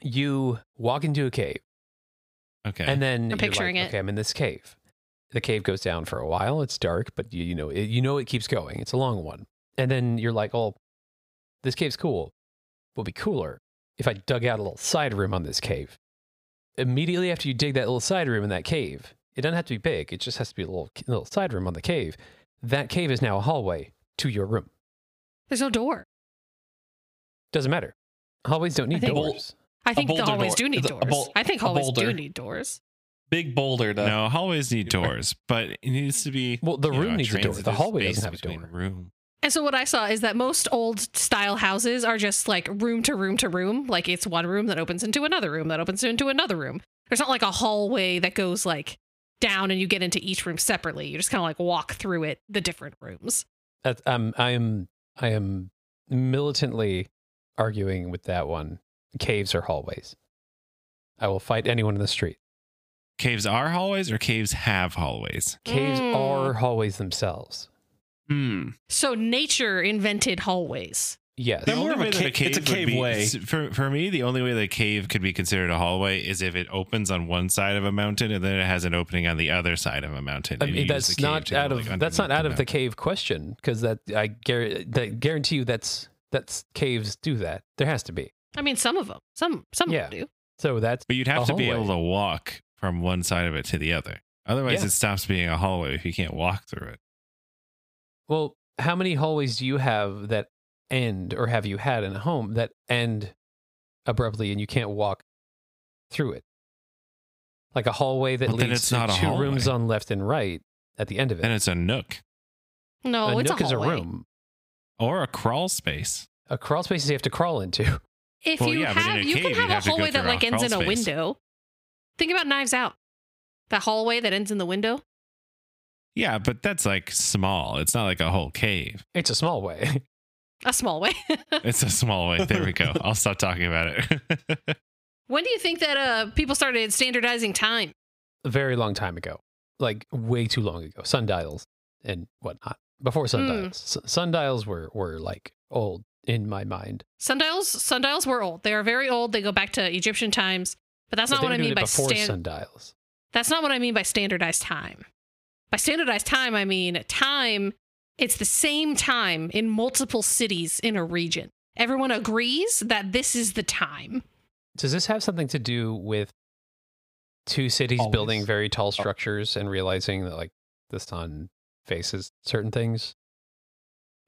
C: You walk into a cave.
A: Okay.
C: And then you're like,
D: picturing it.
C: Okay, I'm in this cave. The cave goes down for a while. It's dark, but you, you know it, you know it keeps going. It's a long one. And then you're like, oh, this cave's cool. Will be cooler if I dug out a little side room on this cave. Immediately after you dig that little side room in that cave, it doesn't have to be big. It just has to be a little little side room on the cave. That cave is now a hallway to your room.
D: There's no door.
C: Doesn't matter. Hallways don't
D: I
C: need
D: think-
C: doors.
D: I think the
F: boulder
D: hallways
F: door.
D: do need
F: It's a-
D: doors.
F: a bul-
D: I think
F: a
D: hallways do
F: boulder.
D: need doors.
F: Big boulder. To,
A: no, hallways need doors, but it needs to be.
C: Well, the
A: you
C: room needs a door. The
A: transitive
C: hallway doesn't
A: space
C: have a
A: between
C: door.
A: Room.
D: And so what I saw is that most old style houses are just like room to room to room. Like it's one room that opens into another room that opens into another room. There's not like a hallway that goes like down and you get into each room separately. You just kind of like walk through it, the different rooms.
C: That's, um, I am I am militantly arguing with that one. Caves are hallways. I will fight anyone in the street.
A: Caves are hallways or caves have hallways?
C: Caves
D: Mm.
C: are hallways themselves.
F: Hmm.
D: So nature invented hallways.
C: Yes.
F: They're
A: The
F: more
A: only
F: of a
A: way that
F: ca- it's a
A: would
F: cave
A: be-
F: way.
A: For, for me, the only way that a cave could be considered a hallway is if it opens on one side of a mountain and then it has an opening on the other side of a mountain.
C: I
A: and
C: mean,
A: you use the
C: that's
A: cave
C: not
A: to go,
C: out of
A: like,
C: that's not
A: underneath
C: out of the
A: mountain.
C: cave question because that I guarantee, that guarantee you that's that's caves do that. There has to be.
D: I mean, some of them, some some
C: Yeah.
D: of them do.
C: So that's
A: But you'd
C: a
A: have to be
C: hallway.
A: able to walk from one side of it to the other. Otherwise,
C: Yeah.
A: it stops being a hallway if you can't walk through it.
C: Well, how many hallways do you have that end, or have you had in a home that end abruptly and you can't walk through it? Like a hallway that
A: But then
C: leads
A: it's
C: to
A: not a
C: two rooms
A: hallway.
C: on left and right at the end of it.
A: Then it's a nook
D: No,
C: a
D: Oh, it's
C: nook
D: a
C: is a
D: hallway.
C: room.
A: or a crawl space.
C: A crawl space you have to crawl into. [laughs]
D: If
A: Well,
D: you
A: yeah, but in
D: have,
A: a
D: you
A: cave,
D: can
A: you'd
D: have a
A: have to go
D: hallway that
A: through a
D: like ends in a
A: crawl space.
D: window. Think about Knives Out. That hallway that ends in the window.
A: Yeah, but that's like small. It's not like a whole [laughs] cave.
C: It's a small way. [laughs]
D: A small way. [laughs]
A: It's a small way. There we [laughs] go. I'll stop talking about it.
D: when do you think that uh people started standardizing time?
C: a very long time ago. Like way too long ago. Sundials and whatnot.
D: Hmm.
C: Before sundials. S- sundials were, were like old in my mind.
D: Sundials sundials were old. They are very old. They go back to Egyptian times. But that's
C: But
D: not
C: they
D: what
C: were
D: I
C: doing
D: mean
C: it
D: by
C: before
D: stand-
C: sundials.
D: That's not what I mean by standardized time. By standardized time, I mean time, it's the same time in multiple cities in a region. Everyone agrees that this is the time.
C: Does this have something to do with two cities
F: Always. Oh.
C: building very tall structures and realizing that like the sun faces certain things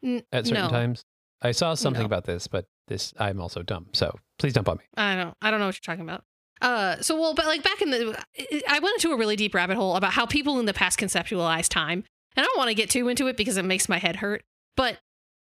D: N-
C: at certain
D: no,
C: times? I saw something
D: No.
C: about this, but this I'm also dumb. So please dump on me.
D: I don't I don't know what you're talking about. Uh so well but like back in the I went into a really deep rabbit hole about how people in the past conceptualize time. And I don't want to get too into it because it makes my head hurt. But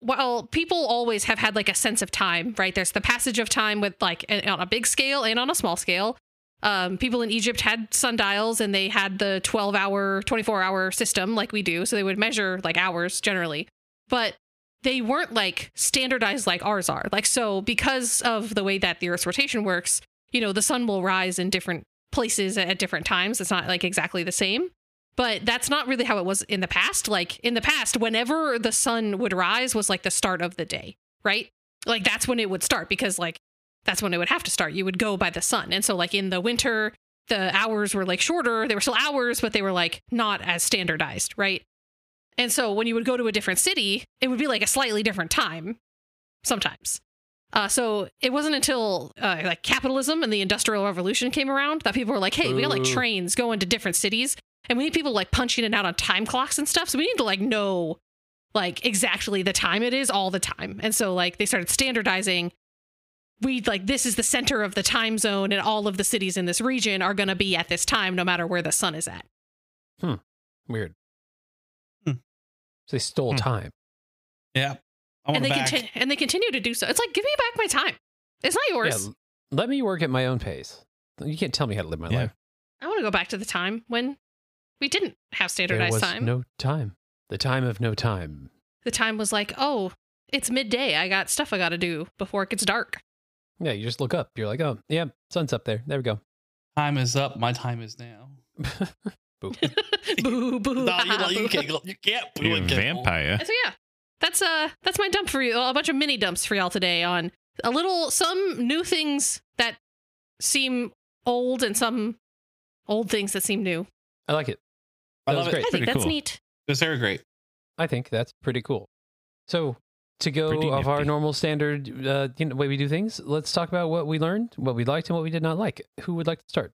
D: while people always have had like a sense of time, right? There's the passage of time with like a- on a big scale and on a small scale. Um, people in Egypt had sundials and they had the 12 hour, 24 hour system like we do. So they would measure like hours generally, but they weren't like standardized like ours are. Like, so because of the way that the Earth's rotation works, you know, the sun will rise in different places at different times. It's not like exactly the same but that's not really how it was in the past like in the past whenever the sun would rise was like the start of the day right like that's when it would start because like that's when it would have to start you would go by the sun and so like in the winter the hours were like shorter. They were still hours, but they were like not as standardized, right? And so when you would go to a different city, it would be like a slightly different time sometimes. Uh, so it wasn't until uh, like capitalism and the industrial revolution came around that people were like, "Hey, we got like
C: Ooh.
D: trains going to different cities, and we need people like punching in and out on time clocks and stuff. So we need to like know like exactly the time it is all the time." And so like they started standardizing. We like this is the center of the time zone, and all of the cities in this region are going to be at this time, no matter where the sun is at.
C: Weird.
F: Hmm.
C: So they stole
F: Hmm.
C: time.
F: Yeah. I want
D: and
F: it
D: they
F: back.
D: continue and they continue to do so. It's like, give me back my time. It's not
C: Yeah,
D: yours.
C: l- let me work at my own pace. You can't tell me how to live my
F: Yeah.
C: life.
D: I want to go back to the time when we didn't have
C: There
D: standardized
C: was
D: time.
C: no time. The time of no time.
D: the time was like, oh, it's midday. I got stuff I got to do before it gets dark. [laughs]
C: Yeah, you just look up. You're like, oh, yeah, sun's up there. There we go.
F: time is up. My time is now.
C: Boop.
D: boo, boo.
F: No, you,
D: ha, ha,
F: no, you
D: boo.
F: can't. go- You can't. boo
A: You
F: and giggle.
A: [laughs] vampire.
D: [laughs] And so yeah, that's uh that's my dump for you. A bunch of mini dumps for y'all today on a little some new things that seem old and some old things that seem new.
C: I like it.
F: I
C: That
F: love
C: was
F: it.
C: great.
D: I
A: Pretty
D: think that's
A: cool.
D: neat.
F: Those are great.
C: I think that's pretty cool. So to go
A: Pretty
C: off our
A: nifty.
C: normal standard uh, you know, way we do things, let's talk about what we learned, what we liked, and what we did not like. Who would like to start?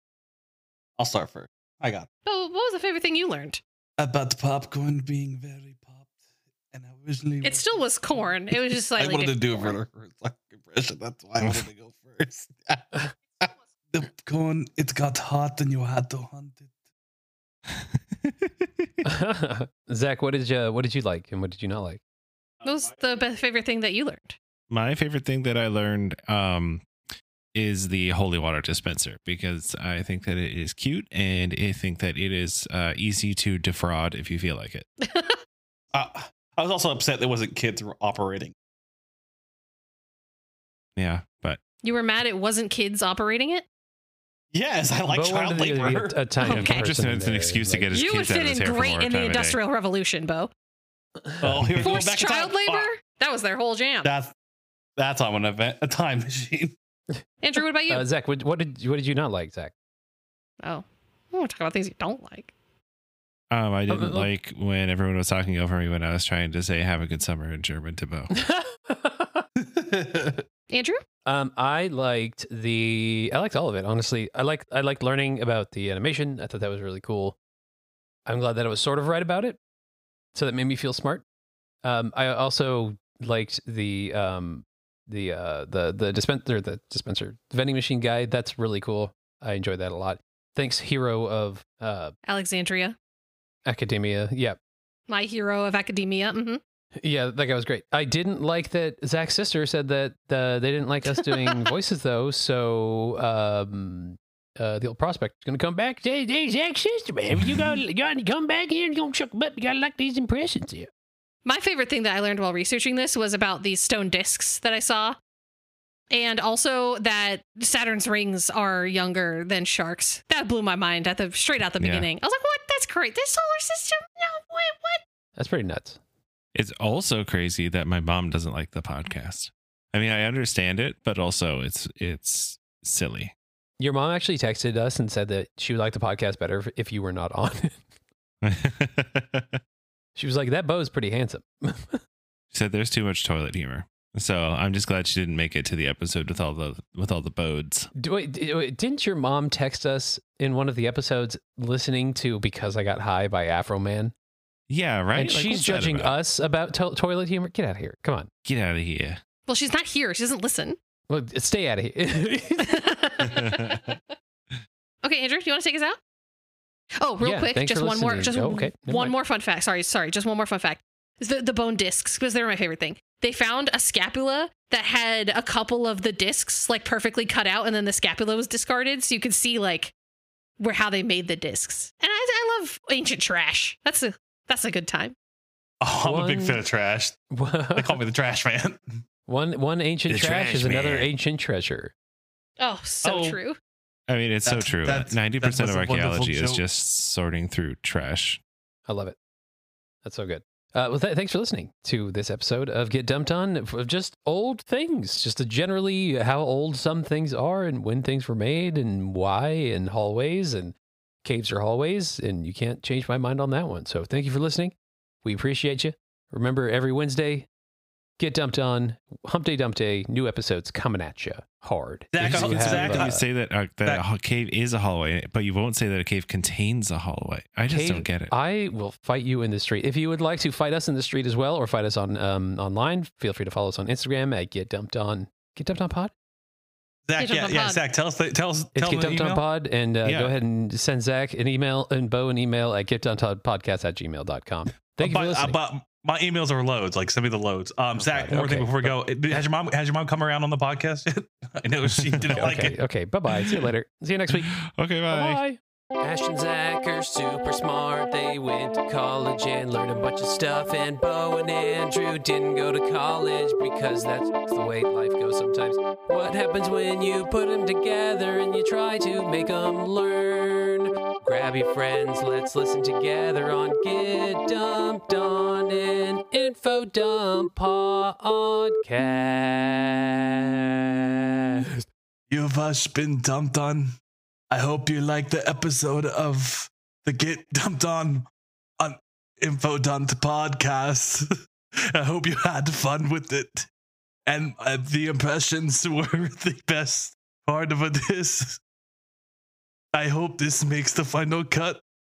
C: [laughs]
F: I'll start first. I got. it.
D: Oh, what was the favorite thing you learned?
B: About popcorn being very popped, and I originally
D: It still was corn. It was
F: [laughs]
D: just
F: I
D: slightly.
F: wanted to
D: different.
F: do a Ritter like, impression. That's why I wanted to
D: [laughs]
F: go first. [laughs]
B: the corn. It got hot, and you had to hunt it.
C: Zach, what did you what did you like and what did you not like?
D: What was the best favorite thing that you learned? [laughs]
A: my favorite thing that I learned um, is the holy water dispenser because I think that it is cute and I think that it is uh, easy to defraud if you feel like it.
F: Uh, I was also upset there wasn't kids were operating.
A: Yeah, but
D: You were mad it wasn't kids operating it.
F: Yes, I like
C: Bo
F: child
C: wanted to be
F: labor.
C: A, a tiny
D: Okay.
A: Just
C: person
A: an- it's an
C: there,
A: excuse to
C: like-
A: get His
D: You would
A: kids out
D: fit
A: of
D: in
A: the tear for
D: great
A: more
D: in the
A: time a day.
D: Industrial Revolution, Bo.
F: [laughs] Oh, here we go.
D: Forced
F: Back in time.
D: child labor?
F: Fuck.
D: That was their whole jam.
F: That's that's on an event, a time machine. [laughs]
D: Andrew, what about you?
C: Uh, Zach, what, what did what did you not like, [laughs] Zach?
D: oh, I want to talk about things you don't like.
A: um, I
C: uh,
A: didn't
C: uh.
A: like when everyone was talking over me when I was trying to say "Have a good summer" in German to Bo.
D: Andrew?
C: um, I liked the I liked all of it. Honestly, I like I liked learning about the animation. I thought that was really cool. I'm glad that I was sort of right about it, so that made me feel smart. Um, I also liked the um, the uh, the the dispenser the dispenser vending machine guy. That's really cool. I enjoyed that a lot. Thanks, hero of uh,
D: Alexandria,
C: academia. Yeah,
D: my hero of academia. hmm
C: Yeah, that guy was great. I didn't like that Zach's sister said that uh, they didn't like us doing voices though, so um, uh, the old prospect is gonna come back. Hey, hey Zach's sister, man, you gotta, you gotta come back here and go chuck butt. You gotta like these impressions here.
D: My favorite thing that I learned while researching this was about these stone discs that I saw. And also that Saturn's rings are younger than sharks. That blew my mind at the straight out the
A: Yeah.
D: beginning. I was like, "What? That's great! This solar system? No, what? What?
C: That's pretty nuts.
A: It's also crazy that my mom doesn't like the podcast. I mean, I understand it, but also it's it's silly. [laughs]
C: Your mom actually texted us and said that she would like the podcast better if- if you were not on. [laughs] she was like, "That Bo's pretty handsome."
A: She said there's too much toilet humor. So I'm just glad she didn't make it to the episode with all the with all the bodes.
C: Do, wait, d- wait, didn't your mom text us in one of the episodes listening to "Because I Got High" by Afro Man?
A: Yeah, right.
C: And
A: Like,
C: she's
A: what's that
C: judging
A: about?
C: us about to- toilet humor. Get out of here. Come on.
A: Get out of here.
D: Well, she's not here. She doesn't
A: [laughs]
D: listen." [laughs]
C: Well, stay out of here. [laughs]
D: okay, Andrew, do you want to take us out? Oh, real
C: Yeah,
D: quick,
C: thanks
D: just
C: for
D: one more,
C: listening.
D: just
C: Oh, okay, never
D: one
C: mind.
D: more fun fact. Sorry, sorry, just one more fun fact. The, the bone discs because they were my favorite thing. They found a scapula that had a couple of the discs like perfectly cut out, and then the scapula was discarded, so you could see like where how they made the discs. And I, I love ancient trash. That's a that's a good time.
F: Oh, I'm a big
C: One-
F: fan of trash. They call me the trash man.
C: one one ancient
A: The
C: trash,
A: trash
C: is another
A: man.
C: ancient treasure.
D: Oh, so
F: Oh.
D: true.
A: I mean, it's
F: That's-
A: so true.
F: that's-
A: Ninety percent
F: that
A: of
F: was a wonderful
A: archaeology is
F: joke.
A: just sorting through trash.
C: I love it. That's so good. Uh, well, th- thanks for listening to this episode of Get Dumped On of just old things, just the generally how old some things are and when things were made and why and hallways and caves are hallways. And you can't change my mind on that one. So thank you for listening. We appreciate you. Remember, every Wednesday, Get Dumped On, Hump Day Dump Day, new episodes coming at you hard.
F: [laughs] Zach,
C: If
F: I'll-
C: you
F: Zach,
A: you
F: uh,
A: say that uh, that a
F: back-
A: ho- cave is a hallway, but you won't say that a cave contains a hallway. I just
C: Cave-
A: don't get it.
C: I will fight you in the street. If you would like to fight us in the street as well, or fight us on um, online, feel free to follow us on Instagram at Get Dumped On. Get Dumped On Pod.
D: Get
F: Zach,
D: Dumped
F: yeah,
D: on
F: yeah,
D: Pod.
F: Zach, tell us, the, tell us,
C: It's
F: tell
C: Get
F: them the
C: Dumped On
F: email.
C: Pod, and uh,
A: Yeah.
C: go ahead and send Zach an email and Bo an email at getdumpedpodcast at gmail.com. Thank you
F: but,
C: for listening.
F: but my emails are loads. Like send me the loads. Um, Zach,
C: God.
F: one more thing
C: Okay.
F: before we go. Has your mom? Has your mom come around on the podcast yet? [laughs] I know
C: [laughs]
F: she didn't like
C: okay,
F: it.
C: okay. Bye bye. See you later. See you next week.
A: [gasps] okay, bye.
C: Bye.
G: Ash and Zach are super smart. They went to college and learned a bunch of stuff. And Bo and Andrew didn't go to college because that's the way life goes sometimes. What happens when you put them together and you try to make them learn? Grab your friends, let's listen together on Get Dumped On an Info Dump Podcast.
E: You've us uh, been dumped on. I hope you like the episode of the Get Dumped On on Info Dumped podcast. [laughs] I hope you had fun with it. And uh, the impressions [laughs] were the best part of this. I hope this makes the final cut.